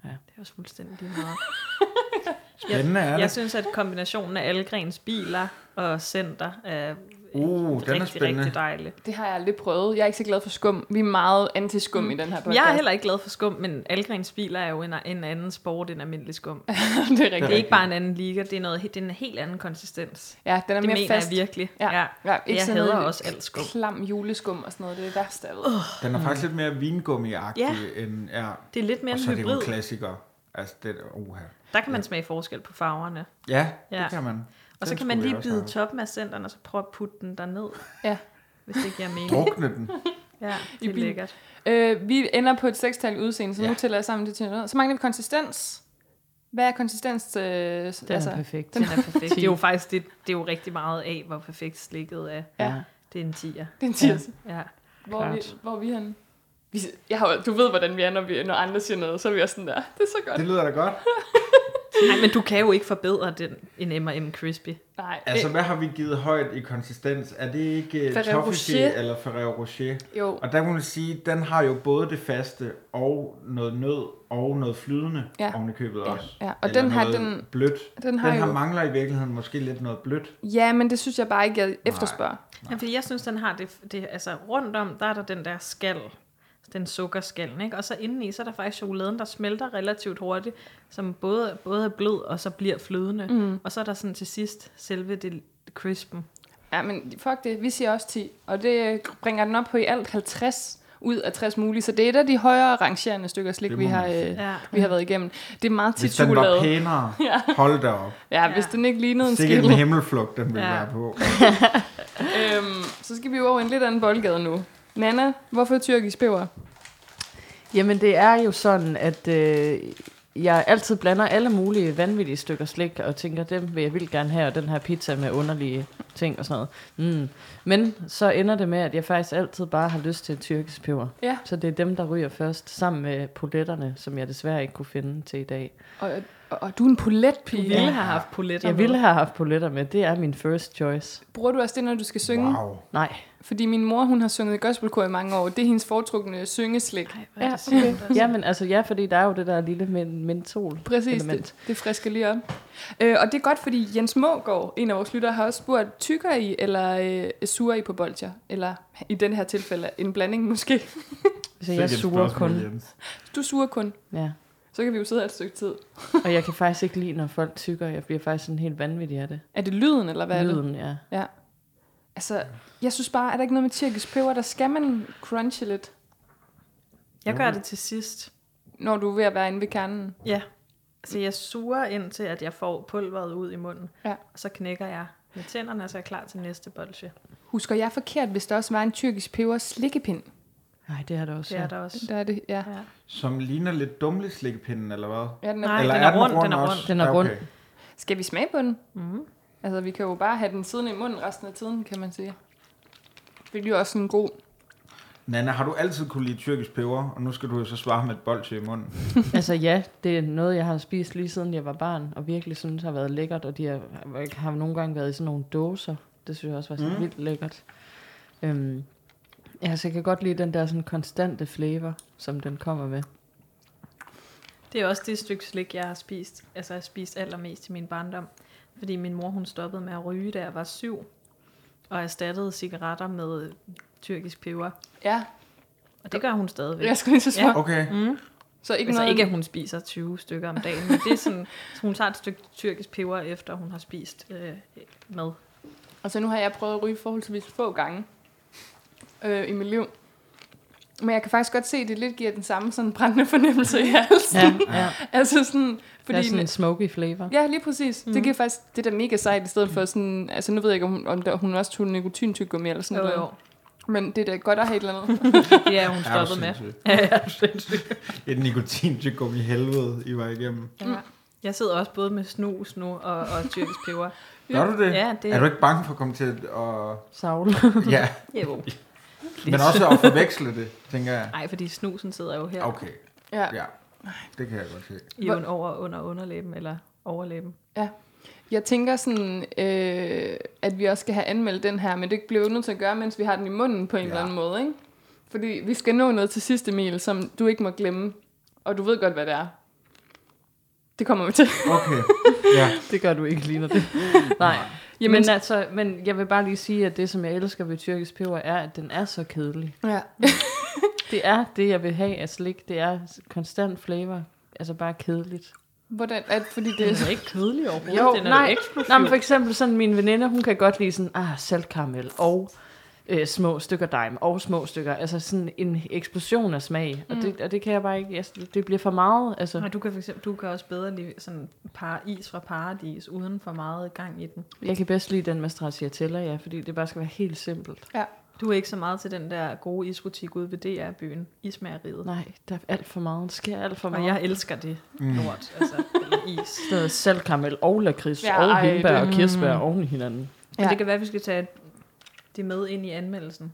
F: Det er også fuldstændig lige meget.
E: Spændende er
F: Jeg
E: det.
F: synes, at kombinationen af Algrens biler og center er
E: Uh, den er
F: rigtig,
E: spændende.
F: rigtig dejlig.
D: Det har jeg aldrig prøvet. Jeg er ikke så glad for skum. Vi er meget anti-skum mm. i den her podcast.
F: Jeg er heller ikke glad for skum, men Algrens biler er jo en, en anden sport end almindelig skum. Det
D: ikke. det er
F: er
D: rigtigt.
F: ikke bare en anden liga, det er, noget, det er en helt anden konsistens.
D: Ja, den er
F: Det
D: mere
F: mener
D: fast.
F: jeg virkelig.
D: Ja.
F: Ja.
D: Ja, ikke
F: Jeg
D: sådan
F: hader
D: noget
F: også alt skum.
D: Klam juleskum og sådan noget. Det er det værste, jeg ved.
E: Den er faktisk lidt mere vingummi-agtig
F: Ja.
E: end... Ja.
F: Det er lidt mere
E: Og
F: en
E: så er det jo en
F: hybrid.
E: klassiker. Altså, det er... Uh,
F: Der kan man smage forskel på farverne.
E: ja, ja,
F: Ja.
E: det kan man.
F: Og så
E: Den
F: kan man
E: skulle
F: lige
E: jeg også
F: bide
E: have.
F: toppen af centeren, og så prøve at putte den derned,
D: Ja.
F: hvis det giver mening.
E: Drukne den.
F: Ja,
D: I
F: det er
D: bilen.
F: lækkert.
D: Øh, vi ender på et sekstal udseende, så ja. nu
E: Ja.
D: tæller jeg sammen det til noget. Så mangler vi konsistens. Hvad er konsistens? Øh, den
G: Den er perfekt.
F: Altså, Den er perfekt. Det er jo faktisk det, det er jo rigtig meget af, hvor perfekt slikket er.
D: Ja.
F: Det er en tiger.
D: Det er en tirs.
F: Ja.
D: Hvor, er vi,
G: Klart.
D: hvor er vi henne? Vi, jeg har, jo- du ved, hvordan vi er, når, vi, når andre siger noget, så er vi også sådan der. Det er så godt.
E: Det lyder da godt.
F: Nej, men du kan jo ikke forbedre den en M&M Crispy.
D: Nej,
E: Altså,
D: altså,
E: hvad har vi givet højt i konsistens? Er det ikke uh,
D: Ferrero
E: Toffee
D: Rocher.
E: eller Ferrero Rocher?
D: jo.
E: Og der kan man sige, den har jo både det faste og noget nød og noget flydende
D: Ja.
E: ja. oven i købet ja. også.
D: ja. Og
E: Eller
D: den har
E: noget
D: den-
E: blødt.
D: Den
E: Den
D: har
E: har, den
D: jo-
E: har mangler i virkeligheden måske lidt noget blødt.
D: Ja, men det synes jeg bare ikke, jeg efterspørger.
F: Ja, fordi jeg synes, den har det, det, altså rundt om, der er der den der skal, den sukkerskallen, ikke? Og så indeni, så er der faktisk chokoladen, der smelter relativt hurtigt, som både, både er blød og så bliver flydende. Mm. Og så er der sådan til sidst selve det crispen.
D: Ja, men fuck det. Vi siger også 10. Og det øh, bringer den op på i alt 50 ud af 60 mulige. Så det er et af de højere rangerende stykker slik,
E: Det
D: vi
E: må
D: har,
E: man
D: øh,
E: sige.
D: ja. vi har været igennem. Det er meget tit
E: Hvis den var
D: chokolade.
E: pænere, hold da op.
D: Ja, hvis
F: Ja.
D: den ikke lignede en
E: Sikkert en
D: skid.
E: himmelflugt, den ville
F: Ja.
E: ja. være på.
D: Øhm, så skal vi over i en lidt anden boldgade nu. Nana, hvorfor tyrkisk peber?
G: Jamen, det er jo sådan, at øh, jeg altid blander alle mulige vanvittige stykker slik, og tænker, dem vil jeg vildt gerne have, og den her pizza med underlige ting og sådan noget. Mm. Men så ender det med, at jeg faktisk altid bare har lyst til tyrkisk peber.
D: Ja.
G: Så det er dem, der ryger først, sammen med poletterne, som jeg desværre ikke kunne finde til i dag.
D: Og, og, og du er en poletpige.
F: Vi ville have haft poletter
G: Jeg ville have haft poletter med, det er min first choice.
D: Bruger du også det, når du skal synge?
E: Wow.
G: Nej.
D: Fordi min mor, hun har sunget i gospelkor i mange år. Det er hendes foretrukne syngeslik.
F: Ja,
G: Ja, men altså, ja, fordi der er jo det der lille men- mentol.
D: Præcis,
G: element.
D: det, det frisker lige op. Øh, og det er godt, fordi Jens Mågaard, en af vores lyttere, har også spurgt, tykker I eller øh, suger I på bolcher? Eller i den her tilfælde, en blanding måske.
G: Så Altså, jeg suger kun.
D: Du suger kun,
G: Ja.
D: så kan vi jo sidde her et stykke tid.
G: Og jeg kan faktisk ikke lide, når folk tykker. Jeg bliver faktisk sådan helt vanvittig af det.
D: Er det lyden, eller hvad er det?
G: Lyden, ja.
D: Ja. Altså, jeg synes bare, er der ikke noget med tyrkisk peber? Der skal man crunche lidt,
F: Jeg gør det til sidst.
D: når du er ved at være inde ved kernen.
F: Ja. Så jeg suger indtil, at jeg får pulveret ud i munden.
D: Ja.
F: Og så knækker jeg med tænderne, og så er jeg klar til næste bolsje.
D: Husker jeg forkert, hvis der også var en tyrkisk peber slikkepind?
G: Nej, det har det også.
F: Det er der også.
D: Der er det, ja.
F: Ja.
E: Som ligner lidt dumle slikkepinden, eller hvad?
D: ja den er
F: Nej. den er rund, den er
E: også?
F: rund.
G: Den er
E: Ja, okay.
G: rund.
D: Skal vi smage på den? Mm. Altså, vi kan jo bare have den siddende i munden resten af tiden, kan man sige. Det er jo også en god...
E: Nana, har du altid kunne lide tyrkisk peber? Og nu skal du jo så svare med et bolsje i munden.
G: Altså ja, det er noget, jeg har spist lige siden jeg var barn, og virkelig synes har været lækkert, og de har, har nogle gange været i sådan nogle dåser. Det synes jeg også var sådan mm. vildt lækkert. Øhm, ja, altså jeg kan godt lide den der sådan konstante flavor, som den kommer med.
F: Det er også det stykke slik, jeg har spist. Altså, jeg har spist allermest i min barndom. Fordi min mor, hun stoppede med at ryge, da jeg var syv. Og erstattede cigaretter med tyrkisk peber.
D: Ja,
F: Og det gør hun stadigvæk.
D: jeg skulle lige så spørge. Ja.
E: Okay.
D: Så ikke
F: Altså
D: noget...
F: ikke, at hun spiser 20 stykker om dagen, men det er sådan, så hun tager et stykke tyrkisk peber, efter hun har spist øh, mad.
D: Altså, nu har jeg prøvet at ryge forholdsvis få gange øh, i mit liv. Men jeg kan faktisk godt se, at det lidt giver den samme sådan brændende fornemmelse i halsen.
G: Ja, ja.
D: altså sådan...
G: Fordi der er sådan
D: Fordi,
G: en smoky flavor.
D: ja, lige præcis. Mm. Det giver faktisk det der mega sejt, i stedet for sådan... Altså, nu ved jeg ikke, om, om der, hun også tog nikotintyggegummi eller sådan
F: Jo,
D: noget.
F: jo.
D: Men det er da godt at have et eller andet.
F: Det er hun stoppet med.
E: Et nikotin til gummi helvede, I var igennem.
F: Ja. Jeg sidder også både med snus nu og, og tyrkisk peber.
E: Gør du det?
F: Ja, det-
E: Er du ikke bange for at komme til at... Og,
G: Savl.
E: ja,
F: Jo.
E: men også at forveksle det, tænker jeg.
F: Nej, fordi snusen sidder jo her
E: Okay,
D: ja.
E: ja. Det kan jeg godt se.
F: i
D: Hvor-
F: en over under underlæben eller overlæben.
D: Ja. Jeg tænker sådan, øh, at vi også skal have anmeldt den her, men det bliver vi jo nødt til at gøre, mens vi har den i munden på en ja.
E: Ja.
D: eller anden måde, ikke? Fordi vi skal nå noget til sidste mil, som du ikke må glemme, og du ved godt, hvad det er. Det kommer vi til.
E: Okay. Ja.
G: Det gør du ikke, ligner det. Nej.
D: Jamen,
G: Jamen, men, altså, men jeg vil bare lige sige, at det, som jeg elsker ved tyrkisk peber, er, at den er så kedelig.
D: ja.
G: Det er det, jeg vil have af slik. Det er konstant flavor. Altså bare kedeligt.
D: Hvordan, at, fordi det
F: Den
D: er
F: er ikke kedelig overhovedet.
G: Jo,
F: den er
G: nej.
F: eksplosiv.
G: Nej, men for eksempel sådan min veninde, hun kan godt lide sådan, ah, saltkaramel og øh, små stykker dejm og små stykker. Altså sådan en eksplosion af smag. Mm. Og, det, og det kan jeg bare ikke. Jeg, det bliver for meget. Altså,
F: Og du kan, for eksempel, du kan også bedre lide sådan par is fra paradis, uden for meget gang i den.
G: jeg kan bedst lide den med stracciatella, ja, fordi det bare skal være helt simpelt.
F: Du er ikke så meget til den der gode isbutik ude ved DR-byen, Ismageriet.
G: Nej, der er alt for meget. Der sker alt for
F: Og
G: meget.
F: jeg elsker det
E: Mm,
F: lort, altså eller is.
G: Der er saltkaramel og lakrids
D: Ja,
G: ja, Mm. og
D: ej,
G: hindbær
D: det-
G: og kirsebær oven i hinanden.
F: Men
D: Ja.
F: det kan være, at vi skal tage det med ind i anmeldelsen.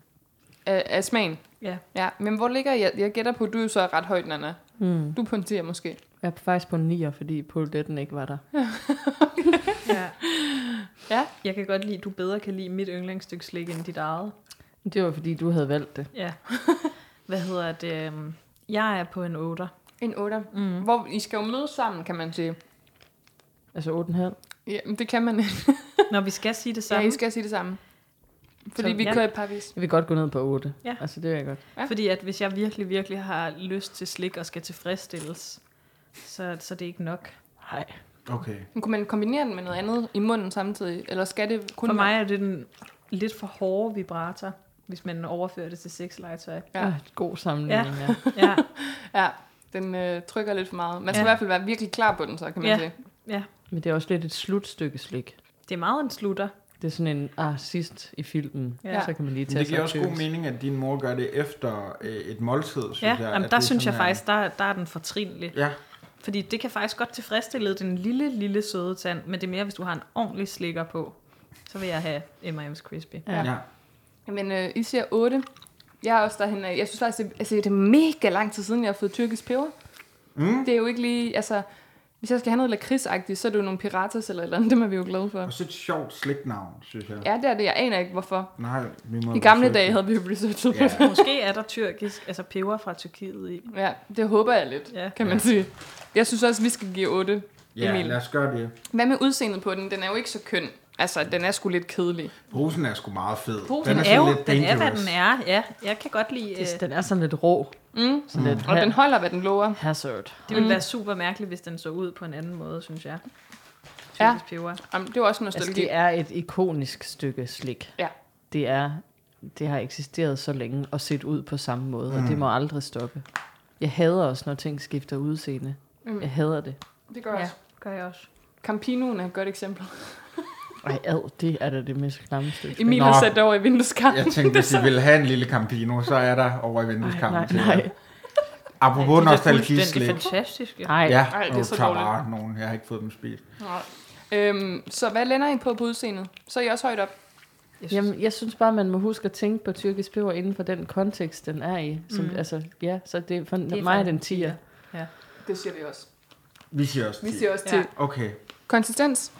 D: af, af smagen.
F: Ja.
D: Ja, men hvor ligger jeg? Jeg gætter på, at du er så ret højt, Nana.
G: Mm.
D: Du punkterer måske.
G: Jeg er faktisk på en nier, fordi polletten ikke var der.
F: ja.
D: Ja.
F: Jeg kan godt lide, at du bedre kan lide mit yndlingsstykke slik end dit eget.
G: Det var, fordi du havde valgt det.
F: Ja. Hvad hedder det? øhm, Jeg er på en 8.
D: En 8. Mm. Hvor I skal jo møde sammen, kan man sige.
G: Altså 8,5.
D: Ja, men det kan man ikke.
F: Når vi skal sige det
D: Ja,
F: samme.
D: I skal sige det samme. Fordi
F: Så,
D: vi
F: ja.
D: kører i Paris.
G: Jeg vil godt gå ned på 8.
F: Ja.
G: Altså, det er jeg godt.
D: Ja.
F: Fordi at hvis jeg virkelig, virkelig har lyst til slik og skal tilfredsstilles, så, så det er ikke nok.
G: Nej.
E: Okay.
D: Men kunne man kombinere den med noget andet i munden samtidig? Eller skal det kun
F: For
D: være-
F: mig er det den lidt for hårde vibrator, hvis man overfører det til sexlegetøj.
D: Ja.
G: Ja. Ah, god sammenligning, ja. ja.
F: Ja,
D: Ja, den øh, trykker lidt for meget. Man skal ja.
F: Ja.
D: i hvert fald være virkelig klar på den, så kan man
F: Ja.
D: sige.
G: Men det er også lidt et slutstykke slik.
F: det er meget en slutter.
G: Det er sådan en, ah, sidst i filmen.
F: Ja.
G: Ja. Så kan man lige
E: Men
G: tage
E: det giver
G: sig
E: også
G: en
E: god
G: tyrkisk.
E: mening, at din mor gør det efter øh, et måltid, synes
F: Ja,
E: jeg. at
F: jamen,
E: det
F: der
E: er
F: synes jeg
E: sådan,
F: faktisk, der, der er den fortrinlig.
E: Ja,
F: Fordi det kan faktisk godt tilfredsstille den lille, lille søde tand, men det er mere, hvis du har en ordentlig slikker på, så vil jeg have M&M's Crispy.
G: Ja.
E: ja.
D: Men øh, I siger 8. Jeg er også derhen. Jeg synes faktisk, det- altså, det er mega lang tid siden, jeg har fået tyrkisk peber. Mm. Det er jo ikke lige, altså... Hvis jeg skal have noget lakridsagtigt, så er det jo nogle piratas eller et eller andet. Dem er vi jo glade for.
E: Og så et sjovt sliknavn, synes jeg.
D: Ja, det er det. Jeg aner ikke, hvorfor.
E: Nej, vi må
D: I gamle dage havde vi jo researchet
E: Ja.
D: ja.
F: Måske er der tyrkisk, altså peber fra Tyrkiet i.
D: ja, det håber jeg lidt,
F: Ja.
D: kan man sige. Jeg synes også, vi skal give 8.
E: Ja,
D: Emil.
E: lad os gøre det.
D: Hvad med udseendet på den? Den er jo ikke så køn. Altså, den er sgu lidt kedelig.
E: Posen er sgu meget fed.
D: Posen
F: Den
E: sådan
F: er, jo,
E: lidt
F: den er, hvad
E: dangerous.
F: den er. Ja, jeg kan godt lide...
G: Det, er-
F: øh,
G: den er sådan lidt rå.
D: Mm.
G: Sådan lidt
D: Og den holder, hvad den lover.
G: hazard.
F: Det
D: Mm.
F: ville være super mærkeligt, hvis den så ud på en anden måde, synes jeg. Tyrkisk
D: Ja.
F: ja. peber.
D: Jamen, det var også nostalgi.
G: Altså, det er et ikonisk stykke slik.
D: Ja.
G: Det er det har eksisteret så længe og set ud på samme måde, mm. og det må aldrig stoppe. Jeg hader også, når ting skifter udseende.
D: Mm.
G: Mm. Jeg hader det.
D: det gør jeg.
F: Ja,
D: også.
F: gør jeg også.
D: Campinoen er et godt eksempel.
G: Ej, ad, det er da det mest klamme stykke.
D: Emil
E: Nå.
D: har sat det over i vindueskarmen.
E: Jeg tænkte, hvis I ville have en lille Campino, så er der over i
G: Nej,
E: vindueskampen
G: nej,
E: til jer.
G: nej.
E: Apropos
F: Det
E: nostalgislik.
F: er fantastiske.
D: Ah,
G: nej.
E: Ja,
D: Ej, det er
E: nu
D: så
E: tager
D: dårligt.
E: bare nogen. Jeg har ikke fået dem spist.
D: Øhm, så hvad lander I på på udseendet? Så er I også højt op.
F: Jeg synes,
G: Jamen, jeg synes bare, man må huske at tænke på tyrkisk peber inden for den kontekst, den er i. Som, mm. altså, ja, så det, for det
F: er
G: mig er
F: faktisk
G: den
F: en
G: 10'er.
D: Det siger vi også.
E: Vi siger også
D: Vi
E: ti.
D: siger også
F: Ja.
D: til.
E: Okay.
D: Konsistens.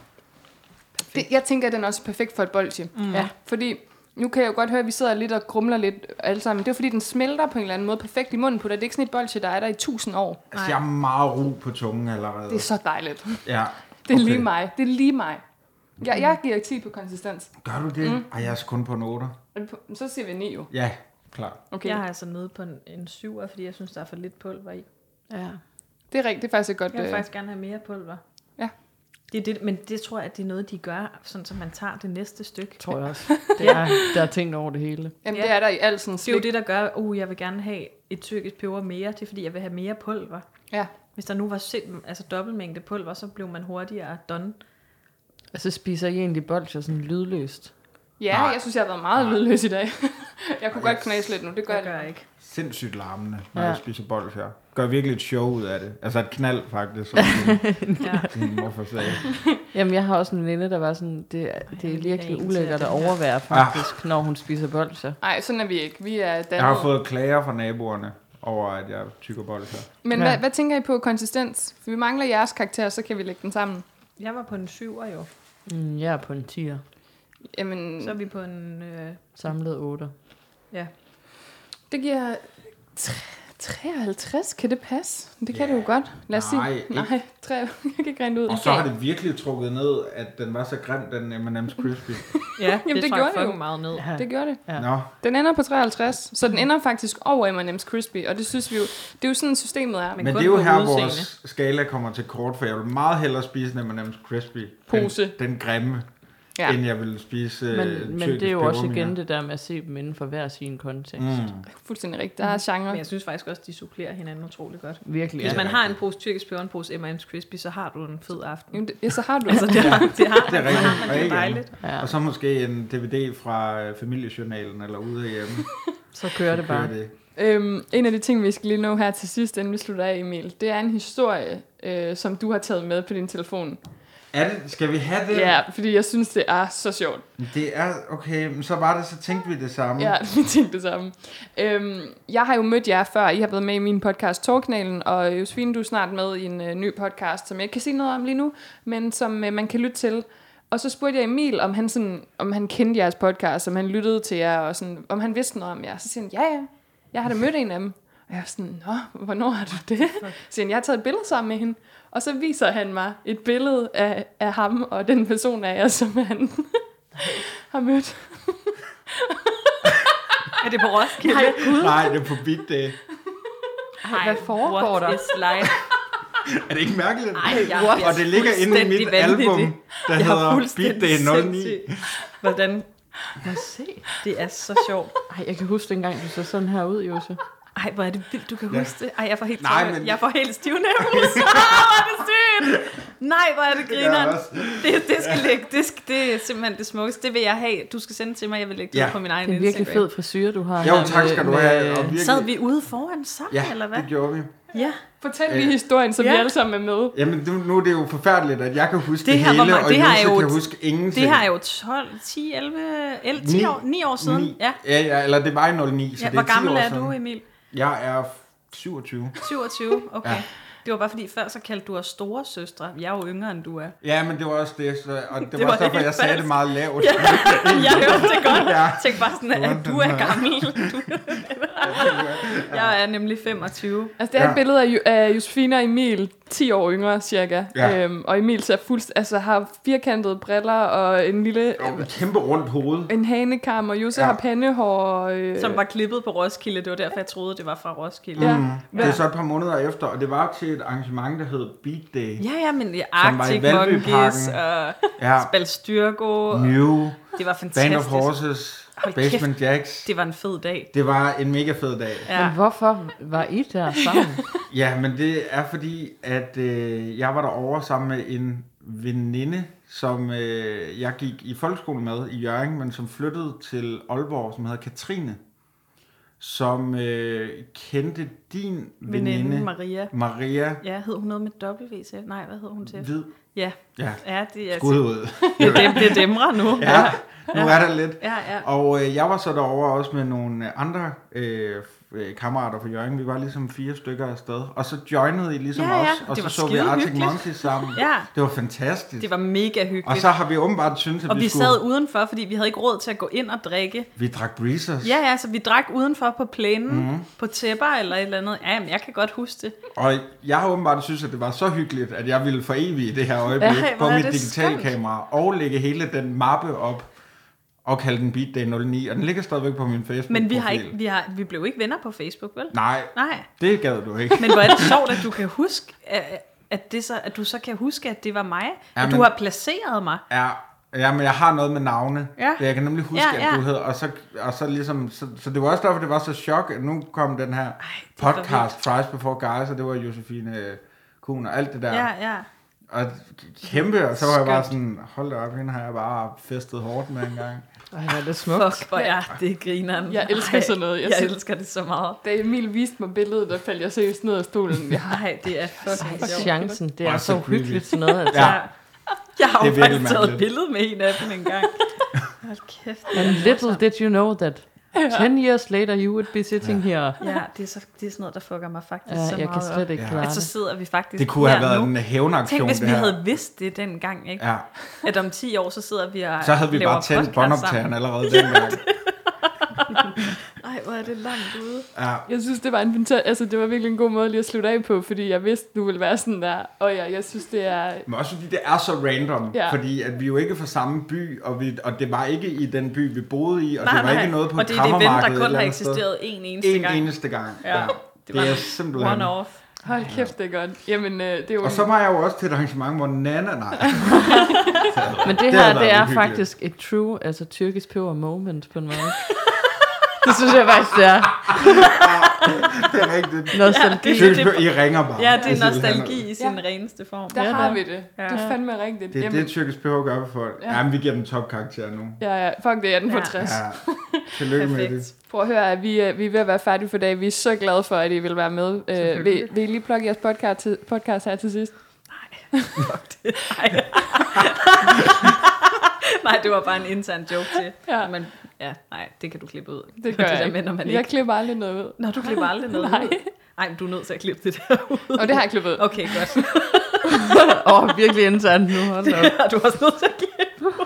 D: Det, jeg tænker, at den er også perfekt for et bolsje. Mm. Ja. Fordi nu kan jeg jo godt høre, at vi sidder lidt og grumler lidt alle sammen. Det er jo fordi, den smelter på en eller anden måde perfekt i munden på dig. Det er ikke sådan et bolsje, der er der i tusind år.
E: Altså, jeg er meget ro på tungen allerede.
D: Det er så dejligt.
E: Ja.
D: Det er
E: okay.
D: lige mig. Det er lige mig. Jeg, jeg giver 10 på konsistens.
E: Gør du det?
D: Mm.
E: Ej, jeg er altså kun på en 8.
D: Men på- Så siger vi 9 jo.
E: Ja, klar.
D: Okay.
F: Jeg har altså nede på en, en 7'er, fordi jeg synes, der er for lidt pulver i.
G: Ja.
D: Det er rigtigt. Det er faktisk et godt...
F: Jeg vil
D: øh,
F: faktisk gerne have mere pulver.
D: Ja.
F: Det er det, men det tror jeg, at det er noget, de gør, sådan så man tager det næste stykke.
G: Tror jeg også. Det er, der er tænkt over det hele.
D: Jamen,
F: Ja.
D: det er der i al sådan
F: Det er jo
D: slik.
F: det, der gør, at uh, jeg vil gerne have et tyrkisk peber mere. Det er fordi, jeg vil have mere pulver.
D: Ja.
F: Hvis der nu var sind, altså dobbeltmængde pulver, så blev man hurtigere done.
G: Og så spiser I egentlig bolcher sådan lydløst.
D: Ja,
E: Nej.
D: jeg synes, jeg har været meget lydløs i dag. jeg kunne godt knæse lidt nu. Det gør jeg
F: Det gør jeg ikke.
E: Sindssygt larmende, når ja.
G: Ja.
E: jeg spiser bold her. Gør virkelig et show ud af det. Altså et knald, faktisk, som min-
F: Ja.
E: min morfar sagde.
G: Jamen, jeg har også en veninde, der var sådan, det, er- det
F: vil
G: er
F: ikke have en
G: virkelig
F: til
G: ulækkert
F: den
G: at
F: her.
G: overvære faktisk, når hun spiser bolcher.
D: Nej, sådan er vi ikke. Vi er dannet.
E: Jeg har fået klager fra naboerne over, at jeg tykker bold her.
D: Men
G: Ja.
D: hvad, hvad tænker I på konsistens? For vi mangler jeres karakter, så kan vi lægge den sammen.
F: Jeg var på en 7'er jo.
G: Mm, jeg er på en 10'er.
D: Jamen,
F: Så er
D: så...
F: vi på en... Øh,
G: Samlet 8'er.
F: ja.
D: det giver 53, kan det passe? Det kan yeah. det jo godt. Lad os
E: Nej,
D: sige.
E: ikke.
D: Nej, tre, jeg kan ikke regne det ud.
E: Og så har det virkelig trukket ned, at den var så grim, den M&M's Crispy.
F: Ja,
D: Jamen, det
F: trak
D: gjorde det
F: fucking
D: jo.
F: meget ned.
G: Ja.
D: Det gjorde det.
G: Ja.
E: Nå,
D: Den ender på 53, så den ender faktisk over M&M's Crispy, og det synes vi jo, det er jo sådan systemet er. Med
E: men, men
F: kun
E: det er jo
F: på
E: her,
F: udseende.
E: vores skala kommer til kort, for jeg vil meget hellere spise en M&M's Crispy.
D: Pose.
E: Den, den grimme,
D: Ja.
E: ja. end jeg ville spise øh,
G: Men, men
E: tyrkisk
G: det er jo også igen
E: peberminer.
G: det der med at se dem inden for hver sin kontekst.
E: Mm.
D: fuldstændig rigtigt. Der er genre.
F: Men jeg synes faktisk også, de supplerer hinanden utrolig godt.
G: Virkelig.
F: Hvis
E: Ja.
F: man har en pose tyrkisk peber og en pose M&M's Crispy, så har du en fed aften.
D: Jamen, det- Ja, så har du
F: Altså, det har, det har,
E: Det er
F: så har
E: rigtigt.
F: man
E: og
F: det
E: ikke
F: jo dejligt.
E: andet.
G: Ja,
E: Og så måske en DVD fra øh, familiejournalen eller ude hjemme.
G: så kører det bare.
E: Det.
D: Øhm, en af de ting, vi skal lige nå her til sidst, inden vi slutter af, Emil, det er en historie, øh, som du har taget med på din telefon.
E: Er det, skal vi have det?
D: Ja, fordi jeg synes, det er så sjovt.
E: Det er, okay, men så var det, så tænkte vi det samme.
D: Ja, vi tænkte det samme. Øhm, jeg har jo mødt jer før. I har været med i min podcast Torknalen, og Josefine, du er snart med i en øh, ny podcast, som jeg ikke kan sige noget om lige nu, men som øh, man kan lytte til. Og så spurgte jeg Emil, om han, sådan, om han kendte jeres podcast, om han lyttede til jer, og sådan, om han vidste noget om jer. Så siger han, ja, ja, jeg har da mødt en af dem. Og jeg er sådan, nå, hvornår har du det? Så siger han, jeg har taget et billede sammen med hende. Og så viser han mig et billede af, af ham og den person af jer, som han har mødt.
F: Er det på Roskilde?
D: Ej, gud,
E: Nej, det er på Big Day.
F: Ej,
D: hvad foregår
F: what
D: der?
F: Is life?
E: Er det ikke mærkeligt?
F: Ej, jeg er
E: og det ligger inde i mit
F: fuldstændig vanvittig.
E: album, der
F: Jeg er
E: hedder Beat
F: fuldstændig
E: Day 09.
F: sindssyg. Hvordan?
G: Lad os se.
F: Det er så sjovt.
G: Ej, jeg kan huske dengang, du så sådan her ud, Jose.
F: Ej, hvor er det vildt, du kan
E: Ja.
F: huske det. Ej, jeg får helt,
E: Nej,
F: Nej, men...
E: men-
F: jeg får helt stivnævnelse. hvor er det sygt. Nej, hvor er det
E: Det gør jeg
F: grineren.
E: også.
F: Det, det, skal ligge. Det, skal, det er simpelthen det smukkeste. Det vil jeg have. Du skal sende til mig. Jeg vil lægge det
E: Ja.
F: ja. på min egen
G: Det er en virkelig
F: Instagram.
G: fed frisyr, du har.
E: Jo,
G: her
E: tak
G: med-
E: skal du
G: med-
E: have. Og virkelig,
F: Sad vi ude foran sammen,
E: ja,
F: eller hvad?
E: det gjorde vi.
F: Ja.
D: Fortæl
E: Øh,
D: lige historien, så vi
F: ja.
D: alle sammen er med.
E: Jamen, nu, nu er det jo forfærdeligt, at jeg kan huske det,
F: Det her var
E: hele,
F: mig-
E: og
F: det her er
E: Jose
F: jo
E: kan
F: et-
E: huske ingenting.
F: Det her er jo 12, 10, 11, 11 10
E: Ni.
F: år, 9 år siden.
E: Ni-
F: Ja.
E: ja, ja, eller det var i 09, så det
F: ja.
E: er
F: Hvor
E: 10
F: gammel
E: år
F: er
E: siden.
F: du, Emil?
E: Jeg er 27.
F: 27, okay.
E: Ja.
F: Ja. Det var bare fordi, før så kaldte du os store søstre. Jeg er jo yngre, end du er.
E: Ja, men det var også det, så, og det,
F: Det
E: det var
F: var
E: også derfor,
F: helt
E: jeg sagde
F: falsk.
E: det meget lavt.
F: jeg hørte det godt.
E: Ja.
F: Jeg tænkte bare sådan, at du er gammel. Du- jeg er nemlig 25.
D: Altså, det er ja.
E: Ja.
D: et billede af, Jo- af Josefine og Emil, 10 år yngre cirka.
E: Ja.
D: Øhm, og Emil ser fuldst, altså, har firkantede briller og en lille
E: Og et kæmpe rundt hoved.
D: en hanekam, og Jose ja.
E: Ja.
D: har pandehår. Og, øh,
F: Som var klippet på Roskilde. Det var derfor, jeg troede, det var fra Roskilde.
D: ja.
E: Mm. Det er så et par måneder efter, og det var til et arrangement, der hed Beat Day.
F: Ja, ja, men ja,
E: Som var i
F: Arctic
E: Valbyparken.
F: Monkeys og
E: Ja.
F: Balstyrko.
E: Mew,
F: Det var
E: Band of
F: fantastisk.
E: Horses,
F: Hold kæft.
E: Basement Jacks.
F: Det var en fed dag.
E: Det var en mega fed dag.
F: Ja.
G: Men hvorfor var I der sammen?
E: Ja, men det er fordi, at øh, jeg var derovre sammen med en veninde, som øh, jeg gik i folkeskole med i Jørgen, men som flyttede til Aalborg, som hedder Katrine, som øh, kendte din veninde,
F: Veninde Maria.
E: Maria
F: Ja, hed hun noget med W til? Nej, hvad hed hun til?
E: Hvid.
F: Ja,
E: Ja,
F: ja det er, altså-
E: skud ud.
F: det er, dem, det er demre nu.
E: Ja, nu er der lidt.
F: ja. ja.
E: Og øh, jeg var så derovre også med nogle øh, andre øh, øh, kammerater fra Jørgen. Vi var ligesom fire stykker afsted. Og så joinede I ligesom
F: Ja, ja,
E: os, og
F: det
E: så
F: var
E: så vi
F: skide
E: Arctic
F: hyggeligt.
E: Monkeys sammen.
F: Ja.
E: Det var fantastisk.
F: Det var mega hyggeligt.
E: og så har vi åbenbart syntes, at
F: Og
E: vi,
F: vi
E: skulle...
F: sad udenfor, fordi vi havde ikke råd til at gå ind og drikke.
E: Vi drak breezers.
F: Ja, ja, så vi drak udenfor på plænen,
E: Mhm.
F: mm-hmm. på tæpper eller et eller andet. Ja, men jeg kan godt huske det.
E: Og jeg har åbenbart syntes, at det var så hyggeligt, at jeg ville forevige det her øjeblik
F: Ej, hvor
E: på
F: er
E: mit
F: det
E: digitale
F: skønt.
E: kamera og lægge hele den mappe op og kalde den Beat Day 09. Og den ligger stadigvæk på min facebook
F: Men vi, har ikke, vi, har, vi blev ikke venner på Facebook, vel?
E: Nej,
F: Nej.
E: det gad du ikke.
F: Men hvor er det sjovt, at du kan huske, at- at, det så, at du så kan huske, at det var mig. Ja,
E: Ja,
F: at du
E: men-
F: har placeret mig.
E: Ja, ja, men jeg har noget med navne.
F: Ja.
E: Jeg kan nemlig huske, ja, ja.
F: Ja, ja.
E: at du hed, og så, og så ligesom, så, så det var også derfor, det var så chok, at nu kom den her Ej,
F: var
E: podcast, Fries Before Guys, og det var Josefine øh, Kuhn og alt det der.
F: Ja, ja.
E: Og kæmpe, og så var jeg bare sådan, hold da op, hende har jeg bare festet hårdt med en gang.
G: Ej, hvor er det smukt.
F: Fuck, hvor er det grineren.
D: Jeg elsker
F: Ej,
D: sådan noget. Jeg
F: Jeg,
D: selv-
F: jeg elsker det så meget.
D: Da Emil viste mig billedet, der faldt jeg seriøst ned af stolen. Ja.
F: Nej, det er fucking sjovt.
G: Chancen, det er
E: Også
G: så
E: creepy.
G: hyggeligt sådan noget. Altså.
E: Ja.
F: Ja. Jeg har
E: Det
F: jo
E: er virkelig
F: faktisk taget et
E: mærkeligt.
F: billede med en af dem en gang. Hold kæft.
G: And little did you know that 10 years later you would be sitting here.
F: Ja, det er, så, det er sådan noget, der fucker mig faktisk
G: Ja,
F: så
G: jeg kan
F: meget
G: slet
F: op.
G: ikke
E: Ja.
G: klare
F: At så
G: det.
F: sidder vi faktisk
E: Det kunne have
F: her
E: været
F: nu.
E: en hævnaktion,
F: Tænk, hvis
E: det
F: vi
E: her.
F: havde vidst det dengang, ikke?
E: Ja,
F: At om 10 år, så sidder vi og
E: så havde vi
F: laver
E: bare tændt
F: podcast sammen.
E: båndoptageren allerede dengang.
F: Ej, hvor er det langt ude.
E: Ja.
D: Jeg synes, det var, en fanta- altså, det var virkelig en god måde lige at slutte af på, fordi jeg vidste, du ville være sådan der. Og jeg, jeg synes, det er...
E: Men også fordi det er så random,
D: Ja.
E: ja. fordi at vi jo ikke er fra samme by, og, vi, og det var ikke i den by, vi boede i, og det var Altså, ikke noget på
F: og
E: et
F: det er et event,
E: krammermarked
F: der
E: et
F: kun
E: eller
F: har
E: andet sted.
F: eksisteret én eneste
E: En
F: gang.
E: eneste gang.
F: Ja.
E: Ja.
F: Det
E: Det,
F: var
E: er
F: en
E: simpelthen...
F: One off.
D: Hold kæft, det er godt. Jamen, øh, det er jo...
E: Og så var jeg jo også til et arrangement, hvor Nana... Nej.
G: Men det,
E: Det
G: her,
E: havde
G: det
E: været
G: er
E: uhyggeligt.
G: faktisk et true, altså tyrkisk peber moment på en måde. det synes jeg faktisk, det er
E: det er rigtigt.
G: nostalgi.
F: det-
E: Tyrkisk pø- I ringer bare.
F: Ja,
E: Altså,
F: det er
E: I vil have
F: nostalgi
E: noget.
F: i sin reneste form.
D: Der
G: Ja,
D: har
G: da.
D: vi det.
F: Ja.
D: Det er fandme rigtigt.
E: Det er det, tyrkisk PH gør for folk.
D: Ja.
E: Ja. Jamen, vi giver dem topkarakter nu.
D: ja, ja, fuck det, er den på
F: Ja.
D: 60.
E: Ja. Tillykke med
F: Perfekt.
E: det.
D: Prøv at høre, at vi, øh, vi er ved at være færdige for i dag. Vi er så glade for, at I vil være med. Øh, vil, vil I lige plukke jeres podcast, til, podcast her til sidst?
F: Nej. nej, det var bare en intern joke til.
D: Ja.
F: Men ja, nej, det kan du klippe ud.
D: Det gør
F: det
D: jeg
F: der med, når man
D: ikke.
F: ikke...
D: Jeg klipper aldrig noget ud.
F: Nå, du klipper aldrig noget
D: Nej.
F: ud. Ej, men du er nødt til at klippe det der ud.
D: Og det har jeg klippet ud.
F: Okay, godt.
G: Åh, oh, virkelig internt nu. Hold da op.
F: du er også nødt til at klippe.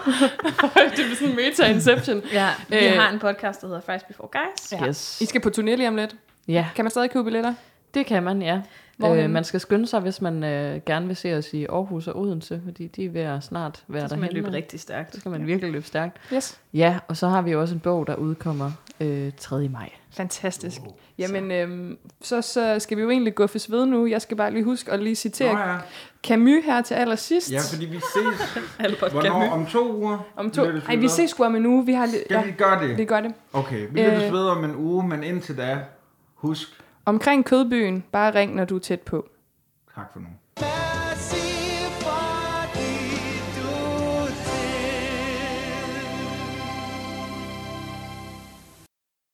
D: det er sådan meta-inception.
F: Ja, vi
D: Øh.
F: har en podcast, der hedder Fries Before Guys.
D: Ja.
G: Yes.
D: I skal på turné lige om lidt.
G: Ja,
D: Kan man stadig købe billetter?
G: det kan man, ja.
D: Hvorhenne?
G: Øh, man skal skynde sig, hvis man øh, gerne vil se os i Aarhus og Odense, fordi de er ved at snart være
F: Så skal man
G: derhenne.
F: løbe rigtig stærkt.
G: Så skal man virkelig løbe stærkt.
D: Yes.
G: Ja, og så har vi jo også en bog, der udkommer øh, 3. maj.
D: Fantastisk. Jamen, øhm, så, så skal vi jo egentlig guffes ved nu. Jeg skal bare lige huske at lige citere
E: Nå, ja.
D: Camus her til allersidst.
E: ja, fordi vi ses.
F: Albert
E: Hvornår?
F: Camus.
E: Om to uger?
D: om to.
E: Lyttes vi
D: Ej, vi
E: ved.
D: ses sgu om en uge. Vi har lidt...
E: Skal vi gøre det?
D: vi gør det.
E: Okay, vi
D: Øh.
E: lyttes ved om en uge, men indtil da, husk,
D: Omkring kødbyen, bare ring, når du er tæt på.
E: tak for nu.